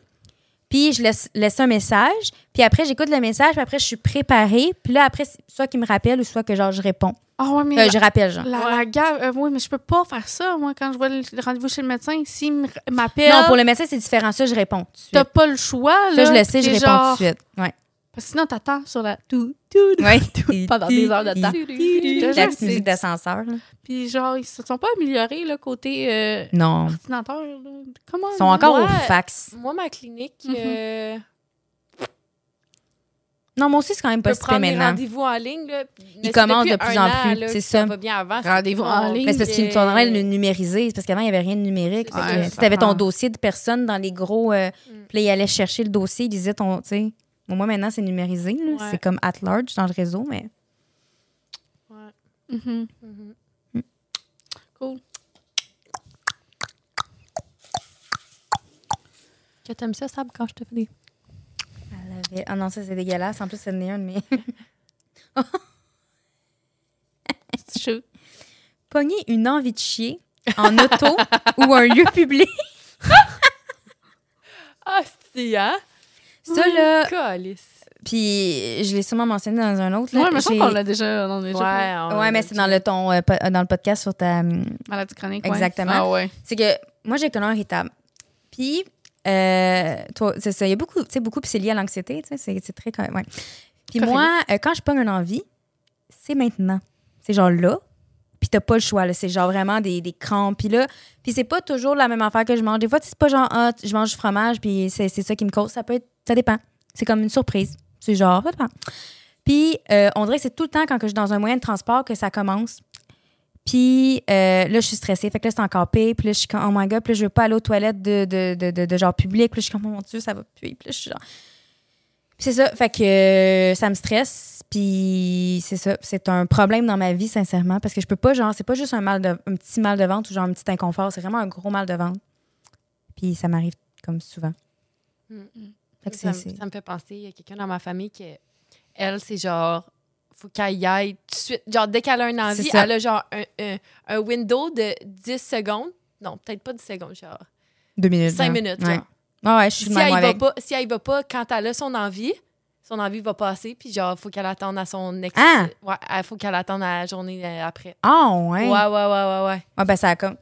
puis je laisse, laisse un message, puis après, j'écoute le message, puis après, je suis préparée, puis là, après, c'est soit qu'il me rappelle ou soit que genre, je réponds.
Ah ouais, mais
Euh, je rappelle, genre.
la, la gaffe- euh, oui, mais je peux pas faire ça, moi, quand je vois le le rendez-vous chez le médecin. S'il me- m'appelle,
Non, pour le médecin, c'est différent. Ça, je réponds tout de suite.
t'as pas le choix, là.
Ça, je le sais, je
T'es
réponds
genre-
tout de suite. Ouais.
Parce que sinon, t'attends sur la... Tout, (laughs) tout,
Ouais.
pendant des heures de temps.
Je
La
jure,
petite
c'est-
musique d'ascenseur. là.
Puis genre, ils se sont pas améliorés, là, côté euh,
Non.
ordinateur, là. Comment?
Ils sont encore au
Ouais.
fax.
moi, ma clinique
Mhm.
euh,
Non, moi aussi, c'est quand même
peut
pas si
prendre des
maintenant.
rendez-vous en ligne. Là, mais c'est
commencent
depuis
de plus
un
en
an,
plus,
là,
c'est
que
ça.
va bien avant.
Rendez-vous en ligne.
Mais c'est parce qu'ils
sont
tourneraient le numériser. C'est parce qu'avant, il n'y avait rien de numérisé.
Ouais,
Fait que,
ça
si tu avais ton
prend.
dossier de personne dans les gros. euh,
Mm.
Puis là, ils allaient chercher le dossier, ils lisaient ton. Tu sais, Bon, moi, maintenant, c'est numérisé. là.
Ouais.
C'est comme at large dans le réseau, mais.
Mhm.
Mhm.
Cool.
Que t'aimes ça, Sab, quand je te fais des...
Ah non, ça, c'est dégueulasse. En plus, c'est néon, mais.
C'est chaud.
(laughs) Pogner une envie de chier en (laughs) auto ou un lieu public.
Ah, c'est, hein?
Ça,
Euh,
là.
Calice.
Puis, je l'ai sûrement mentionné dans un autre. Là,
Ouais, mais je
J'ai-
pense qu'on l'a déjà... On en a déjà parlé.
on-
Ouais, mais c'est dans le, ton, euh, po- euh, dans le podcast sur ta. hum,
Maladie chronique, ouais.
Exactement.
Ah ouais.
C'est que moi, j'ai connu un irritable. Puis, euh, toi, c'est ça. Il y a beaucoup, tu sais, beaucoup, puis c'est lié à l'anxiété, tu sais, c'est c'est très. quand- Ouais. Puis
Correct.
moi, euh, quand je pogne une envie, c'est maintenant. C'est genre là, puis t'as pas le choix, là. C'est genre vraiment des, des crampes, puis là. Puis c'est pas toujours la même affaire que je mange. Des fois, c'est pas genre, ah, je mange du fromage, puis c'est c'est ça qui me cause. Ça peut être. Ça dépend. C'est comme une surprise. C'est genre, ça dépend. Puis, euh, on dirait que c'est tout le temps quand que je suis dans un moyen de transport que ça commence. Puis euh, là, je suis stressée. Fait que là, c'est encore pire. Puis là, je suis comme, oh my god. Puis là, je veux pas aller aux toilettes de, de, de, de- de genre public. Puis là, je suis comme, oh mon Dieu, ça va puer. Puis là, je suis genre. Puis c'est ça. Fait que euh, ça me stresse. Puis c'est ça. C'est un problème dans ma vie, sincèrement. Parce que je peux pas, genre, c'est pas juste un, mal de, un petit mal de ventre ou genre un petit inconfort. C'est vraiment un gros mal de ventre. Puis ça m'arrive comme souvent.
Mm.
Fait que
Ça,
c'est-
me- ça me fait penser, il y a quelqu'un dans ma famille qui, est- elle, c'est genre, faut qu'elle y aille tout de suite. Genre, dès qu'elle a un
C'est
envie,
ça.
elle a genre un, un- un window de 10 secondes. Non, peut-être pas 10 secondes, genre
Deux minutes. hein.
5
genre.
minutes.
Ouais,
genre.
Ouais, ouais, je suis
Si
de
elle,
même
y va
avec.
pas, si elle y va pas, quand elle a son envie, son envie va passer, puis genre, faut qu'elle attende à son ex.
Ah!
Ouais, elle- faut qu'elle attende à la journée euh, après.
Ah,
Ouais,
ouais.
ouais, ouais, ouais, ouais.
Ouais, ben ça a comme.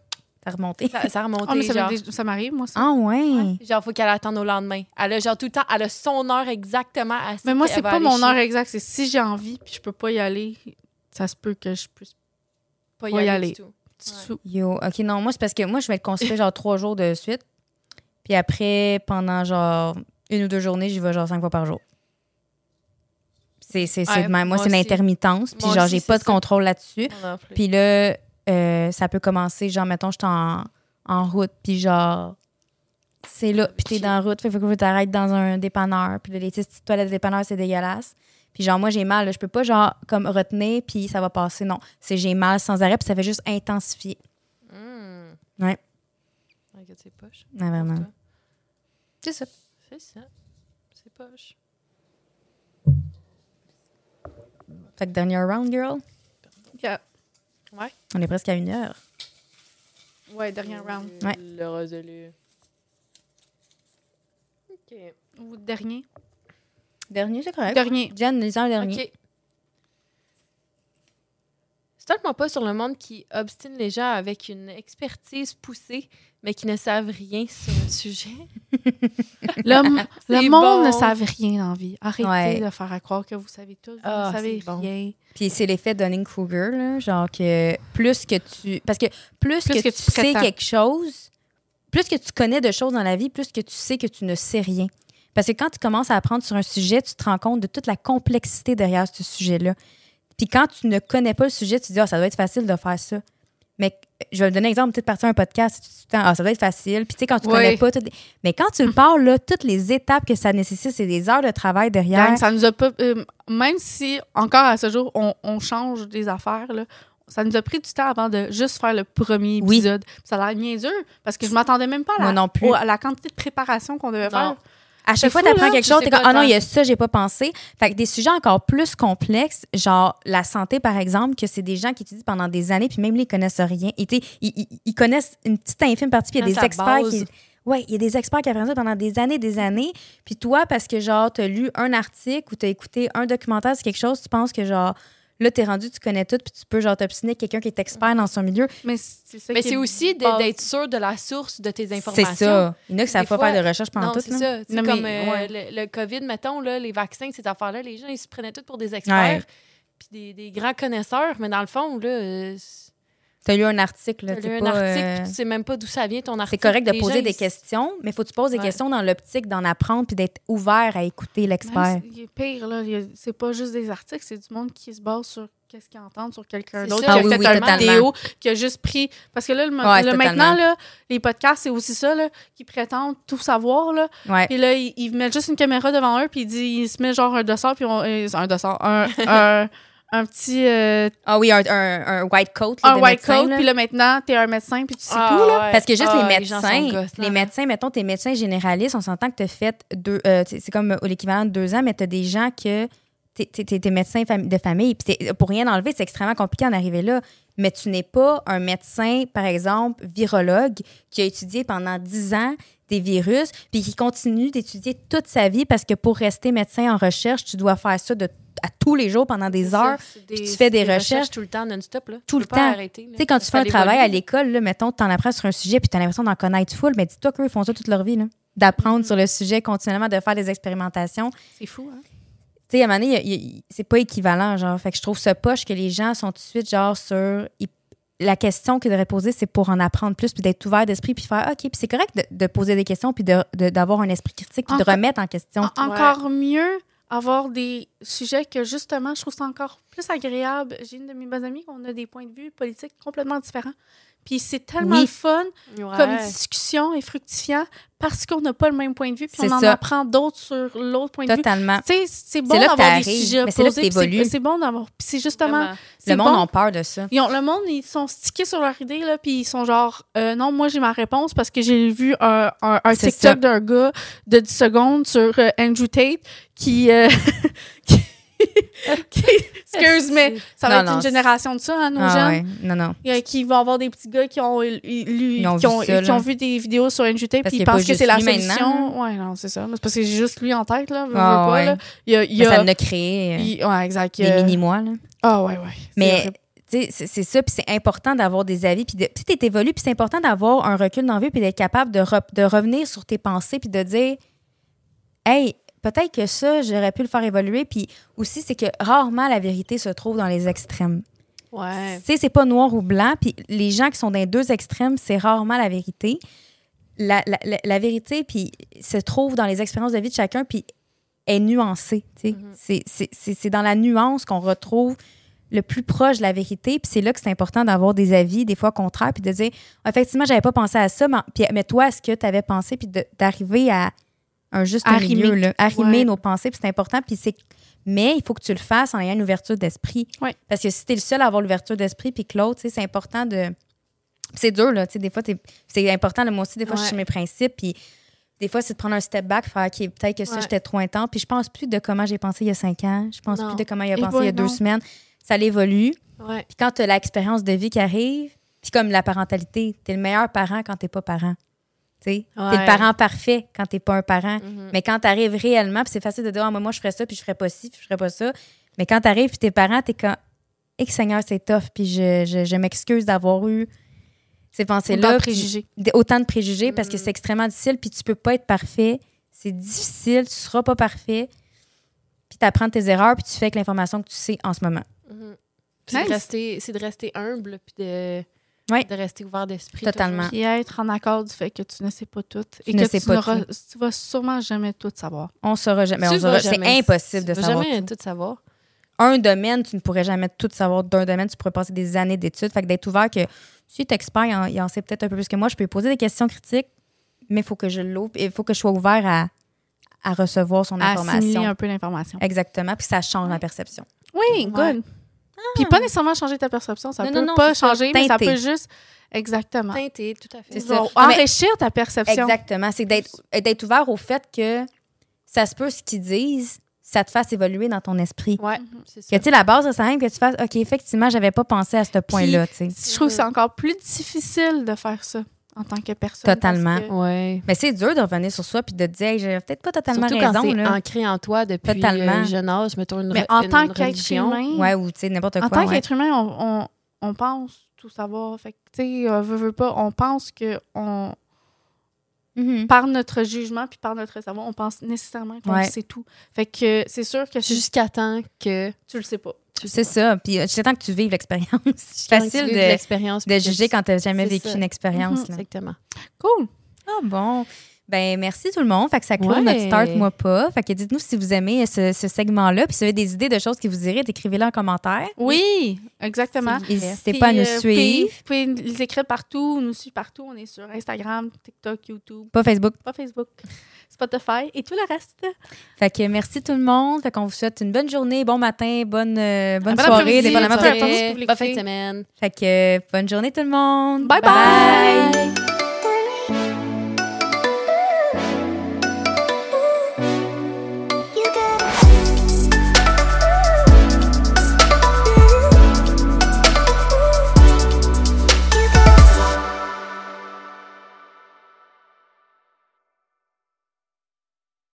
Ça a remonté.
Ça,
(laughs)
ça a remonté,
Ah, mais ça
genre.
m'est déjà- ça m'arrive, moi, ça.
Ah, ouais.
Genre, faut qu'elle attende au lendemain. Elle a genre tout le temps, elle a son heure exactement à
Mais moi, c'est pas mon heure exacte. C'est si j'ai envie puis je peux pas y aller, ça se peut que je puisse
Pas
Ouais, y
du
aller.
tout.
sous.
Yo, ok, non, moi, c'est parce que moi, je vais être constipée genre trois jours de suite. Puis après, pendant genre une ou deux journées, j'y vais genre cinq fois par jour. C'est c'est- c'est
Ouais,
de même. Moi,
moi
c'est une
aussi.
intermittence. Puis
Moi
genre,
aussi,
j'ai
c'est
pas de
ça.
contrôle là-dessus.
Moi non plus.
Puis là, euh, ça peut commencer, genre, mettons, je suis en, en route, puis genre, c'est là, puis t'es dans la route, fait faut que t'arrêtes dans un dépanneur, puis là, les petites petites toilettes de dépanneur, c'est dégueulasse. Puis genre, moi, j'ai mal, là, je peux pas, genre, comme retenir, puis ça va passer. Non, c'est j'ai mal sans arrêt, puis ça fait juste intensifier.
Hmm.
Ouais.
Regarde, c'est poche.
Ouais, vraiment.
Pour toi.
C'est ça.
C'est ça. C'est poche.
Fait que dernier round, girl,
euh,
Ouais.
on est presque à une heure.
Ouais, dernier round.
Ouais.
Euh, Le résolu. OK.
Ou dernier.
Dernier, c'est
(laughs)
correct.
Dernier.
Jen, les un dernier.
OK. Stalke-moi pas sur le monde qui obstine les gens avec une expertise poussée, mais qui ne savent rien sur le sujet.
Le,
C'est
le monde
bon.
ne savent rien en vie. Arrêtez
Ouais.
de faire à croire que vous savez tout. Vous
Ah,
ne savez
c'est bon.
rien.
Puis c'est l'effet Dunning-Kruger, là, genre que plus que tu... Parce que plus, que, tu sais
prétends.
quelque chose, plus que tu connais de choses dans la vie, plus que tu sais que tu ne sais rien. Parce que quand tu commences à apprendre sur un sujet, tu te rends compte de toute la complexité derrière ce sujet-là. Puis quand tu ne connais pas le sujet, tu te dis, ah ça doit être facile de faire ça. Mais euh, je vais te donner un exemple, peut-être partir un podcast, tu te dis tout le temps, ah, ça doit être facile. Puis tu sais, quand tu
Oui.
connais pas... toutes les- Mais quand tu le parles, là, toutes les étapes que ça nécessite, c'est des heures de travail derrière.
Gang, ça nous a pas. euh, même si, encore à ce jour, on, on change des affaires, là, ça nous a pris du temps avant de juste faire le premier
Oui.
épisode. Ça a l'air niaiseux parce que je m'attendais même pas à la,
Moi non plus.
au- à la quantité de préparation qu'on devait
Non.
faire.
À
C'est
chaque fois,
fou,
tu apprends
là.
quelque
Tu
chose,
sais
t'es
pas
comme, ah non,
tant.
il y a ça, j'ai pas pensé. Fait que des sujets encore plus complexes, genre la santé, par exemple, que c'est des gens qui étudient pendant des années, puis même là, ils connaissent rien. Et t'sais, ils, ils- ils connaissent une petite infime partie, puis il y a
Ils
des
connaissent la
experts
Ah, base.
qui. Ouais, il y a des experts qui apprennent ça pendant des années, des années. Puis toi, parce que genre, t'as lu un article ou t'as écouté un documentaire sur quelque chose, tu penses que genre, là, t'es rendu, tu connais tout, puis tu peux genre t'obstiner avec quelqu'un qui est expert dans son milieu.
Mais c'est ça
Mais
qui
c'est
est
aussi de-
base.
d'être sûr de la source de tes
C'est
informations.
ça. Il y en a qui savent
Des
pas
fois-
faire de recherche pendant
Non,
tout.
c'est
là.
ça. C'est
Non, mais-
comme euh,
ouais.
le, le COVID, mettons, là, les vaccins, ces affaires-là, les gens, ils se prenaient tout pour des experts puis des, des grands connaisseurs. Mais dans le fond, là, euh,
T'as lu un article. là,
t'as
t'es
lu un
pas,
article
euh,
puis tu sais même pas d'où ça vient, ton
C'est
article.
correct de
Les
poser
gens,
des
ils-
questions, mais faut que tu poses des
Ouais.
questions dans l'optique d'en apprendre puis d'être ouvert à écouter l'expert.
Même si- Pire, là, il y a- c'est pas juste des articles, c'est du monde qui se base sur qu'est-ce qu'ils entendent sur quelqu'un
C'est
d'autre, qui
ça.
a
Ah oui,
fait
oui,
un
totalement.
vidéo, qui a juste pris... Parce que là, le,
Ouais,
le-
totalement.
maintenant, là, les podcasts, c'est aussi ça, là, qui prétendent tout savoir, là,
Ouais.
Puis là, ils, ils mettent juste une caméra devant eux, puis ils, disent- ils se mettent genre un dossard, puis on, euh, un dossard,
(laughs)
un, un, un petit euh,
Ah oui, un, un- un white coat. là,
un
de
white
médecin,
coat,
là.
puis là maintenant, t'es un médecin, puis tu sais
Ah,
tout, là.
ouais.
Parce que juste
Ah,
les
gens sont
médecins, les,
gosses, non, non.
médecins, mettons, tes médecins généralistes, on s'entend que tu fait deux. euh, c'est c'est comme l'équivalent de deux ans, mais tu as des gens que. T'es es, médecin fami- de famille. Puis c'est- pour rien enlever, c'est extrêmement compliqué d'en arriver là. Mais tu n'es pas un médecin, par exemple, virologue, qui a étudié pendant dix ans des virus, puis qui continue d'étudier toute sa vie parce que pour rester médecin en recherche, tu dois faire ça de, à tous les jours pendant
C'est
des
ça,
heures.
c'est
puis tu
des-
fais des
c'est
recherches
tout le temps non-stop. là. Tu
Tout
peux
le
pas
temps.
arrêter, là.
Tu sais, quand tu
Ça
fais un
fait
travail à
évoluer.
l'école, là, mettons, tu en apprends sur un sujet puis tu as l'impression d'en connaître full, mais dis-toi qu'eux, ils font ça toute leur vie, là. D'apprendre
Mm-hmm.
sur le sujet continuellement, de faire des expérimentations.
C'est fou, hein?
Tu sais, à un moment donné, il y a- il y a- c'est pas équivalent, genre. Fait que je trouve ça poche que les gens sont tout de suite, genre, sur. ils- la question qu'ils devraient poser, c'est pour en apprendre plus, puis d'être ouvert d'esprit, puis faire OK, puis c'est correct de, de poser des questions, puis de- de- d'avoir un esprit critique, puis de
Encore-
remettre en question.
En- Encore mieux avoir des sujets que justement, je trouve ça encore plus agréable. J'ai une de mes bonnes amies qu'on a des points de vue politiques complètement différents. Puis c'est tellement
Oui.
le fun
Ouais.
comme discussion et fructifiant parce qu'on n'a pas le même point de vue, puis
C'est
on en
ça.
apprend d'autres sur l'autre point de vue.
Totalement.
Tu sais, c'est bon
là
d'avoir
que
des
t'arrives,
sujets
mais c'est là que
posés. puis
t'évolues.
C'est c'est bon d'avoir. Puis c'est justement.
Vraiment.
c'est
Le monde
bon.
a peur de ça.
Ils ont- le monde, ils sont stickés sur leur idée, là, puis ils sont genre, euh, non, moi, j'ai ma réponse parce que j'ai vu un, un- un
C'est ça.
TikTok d'un gars de 10 secondes sur euh, Andrew Tate qui. euh, (laughs) qui- qui- excuse,
(laughs)
mais ça va
Non,
être
non,
une génération de ça, hein, nos
Ah
jeunes.
ouais. Non, non.
Il y a- Qui vont avoir des petits gars qui ont, euh, lu- lu-
Ils ont
qui, ont,
vu ça,
qui ont
là.
vu des vidéos sur Andrew Tate,
Parce
puis
qu'il
ils
y a pas
pensent que
juste
c'est la
lui maintenant,
solution. Ouais, non, c'est ça. Mais C'est parce que j'ai juste lui en tête, là. veux, veux
Ah,
pas,
ouais.
là. Il y a. il y
Mais
a-
ça en a créé euh,
il- ouais, exact. il y a-
des mini-mois, là.
Ah, ouais, ouais. C'est
Mais
horrible.
tu sais, c'est c'est ça, puis c'est important d'avoir des avis, puis de- puis tu évolues, puis c'est important d'avoir un recul dans la vie, puis d'être capable de, re- de revenir sur tes pensées, puis de dire, hey, peut-être que ça, j'aurais pu le faire évoluer, puis aussi, c'est que rarement la vérité se trouve dans les extrêmes.
Ouais.
Tu sais, c'est pas noir ou blanc, puis les gens qui sont dans les deux extrêmes, c'est rarement la vérité. La, la- la- la vérité, puis se trouve dans les expériences de vie de chacun, puis est nuancée. tu
Mm-hmm.
sais. C'est- c'est- C'est c'est dans la nuance qu'on retrouve le plus proche de la vérité, puis c'est là que c'est important d'avoir des avis, des fois contraires, puis de dire, effectivement, j'avais pas pensé à ça, mais, puis- mais toi, est-ce que tu avais pensé, puis de- d'arriver à un juste
Arrimer.
milieu, là, arrimer
Ouais.
nos pensées, puis c'est important, puis c'est mais il faut que tu le fasses en ayant une ouverture d'esprit.
Ouais.
Parce que si tu es le seul à avoir l'ouverture d'esprit, puis que l'autre, tu sais, c'est important de. Puis C'est dur, là. tu sais, Des fois, t'es- c'est important. là, moi aussi, des fois, je
Ouais.
suis sur mes principes. Puis des fois, c'est de prendre un step back, faire OK, peut-être que ça,
Ouais.
j'étais trop intense. Puis je pense plus de comment j'ai pensé il y a cinq ans. Je pense
Non.
plus de comment il a
Eh
pensé
ben,
il y a deux
non.
semaines. Ça l'évolue.
Ouais.
Puis quand tu as l'expérience de vie qui arrive, puis comme la parentalité, tu es le meilleur parent quand tu pas parent. Tu sais, T'es
Ouais.
le parent parfait quand t'es pas un parent.
Mhm.
Mais quand tu arrives réellement, puis c'est facile de dire Ah, moi, moi, je ferais ça, puis je ferais pas ci, puis je ferais pas ça. Mais quand tu arrives, puis tes parents, t'es comme Eh, que Seigneur, c'est tough, puis je, je, je m'excuse d'avoir eu ces
Autant de
pensées-là. puis
préjugés.
d- Autant de préjugés, parce que
Mhm.
c'est extrêmement difficile, puis tu peux pas être parfait. C'est difficile, tu seras pas parfait. Puis tu apprends tes erreurs, puis tu fais avec l'information que tu sais en ce moment.
Mhm. C'est de
Nice.
rester- c'est de rester humble puis de,
Ouais.
de rester ouvert d'esprit.
Totalement.
Puis être en accord du fait que tu ne sais pas tout et
Ah. ne
que
sais
tu,
pas
n'auras- tu vas sûrement jamais tout savoir.
On saura jamais.
Tu
on
vas
saura- c'est
jamais-
impossible de
Tu vas
savoir.
jamais
tout.
tout savoir.
un domaine, tu ne pourrais jamais tout savoir d'un domaine, tu pourrais passer des années d'études. Fait que d'être ouvert que si tu expert, il en, il en sait peut-être un peu plus que moi, je peux lui poser des questions critiques, mais il faut que je l'ouvre, il faut que je sois ouvert à, à recevoir son
Assimiler
information.
un peu l'information.
Exactement, puis ça change ma perception.
Oui,
Ouais.
good. Puis pas nécessairement changer ta perception, ça
Non,
peut
non, non,
pas
c'est ça.
changer, mais ça
Teinter.
peut juste exactement.
Teinté, tout à fait.
C'est ça.
Genre,
Ah, mais-
enrichir ta perception.
Exactement, c'est d'être d'être ouvert au fait que ça se peut ce qu'ils disent, ça te fasse évoluer dans ton esprit.
Ouais,
Mhm.
c'est
Que
ça.
tu sais, la base, ça sert à rien que tu fasses OK, effectivement, j'avais pas pensé à ce point-là, tu sais.
Je trouve que
Mhm.
c'est encore plus difficile de faire ça en tant que personne. parce
Totalement.
que-
Ouais.
Mais c'est dur de revenir sur soi puis de te dire, Hey, j'avais peut-être pas totalement
Surtout quand
raison.
c'est
Là.
ancré en toi depuis
Totalement.
le jeune âge, mettons une,
Mais
re-
en
une
tant qu'être
religion.
humain,
Ouais, ou tu sais, n'importe quoi.
en tant
ouais.
qu'être humain, on, on, on pense tout savoir. Fait que, tu sais, euh, veut, veut pas, on pense que on,
Mhm.
par notre jugement puis par notre savoir, on pense nécessairement qu'on
Ouais.
sait tout. Fait que c'est sûr que si
Jusqu'à temps que
tu le sais pas.
tu
C'est ça. Puis euh, c'est temps que tu vives l'expérience. (laughs) C'est
Jusqu'à temps que tu
facile
vives
de,
l'expérience
de
puis que
juger
tu-
quand t'as jamais
C'est
vécu
ça.
une expérience.
Mhm.
là.
Exactement.
Cool.
Ah bon. Ben merci tout le monde. Fait que ça clôt
Ouais.
notre start moi pas. Fait que dites-nous si vous aimez euh, ce, ce segment-là. Puis si vous avez des idées de choses que vous direz, écrivez-les en commentaire.
Oui, exactement.
N'hésitez
Puis,
pas à nous
euh,
suivre.
Vous pouvez, vous pouvez les écrire partout, nous suivre partout. On est sur Instagram, TikTok, YouTube,
Pas Facebook.
pas Facebook, Spotify et tout le reste.
Fait que merci tout le monde. Fait qu'on vous souhaite une bonne journée, bon matin, bonne, euh, bonne
Bon
soirée,
après-midi,
dépendamment de
bonne soirée.
votre temps.
vous
Bonne fin de
l'écoutez.
semaine.
Fait que euh, bonne journée tout le monde.
Bye bye.
Bye.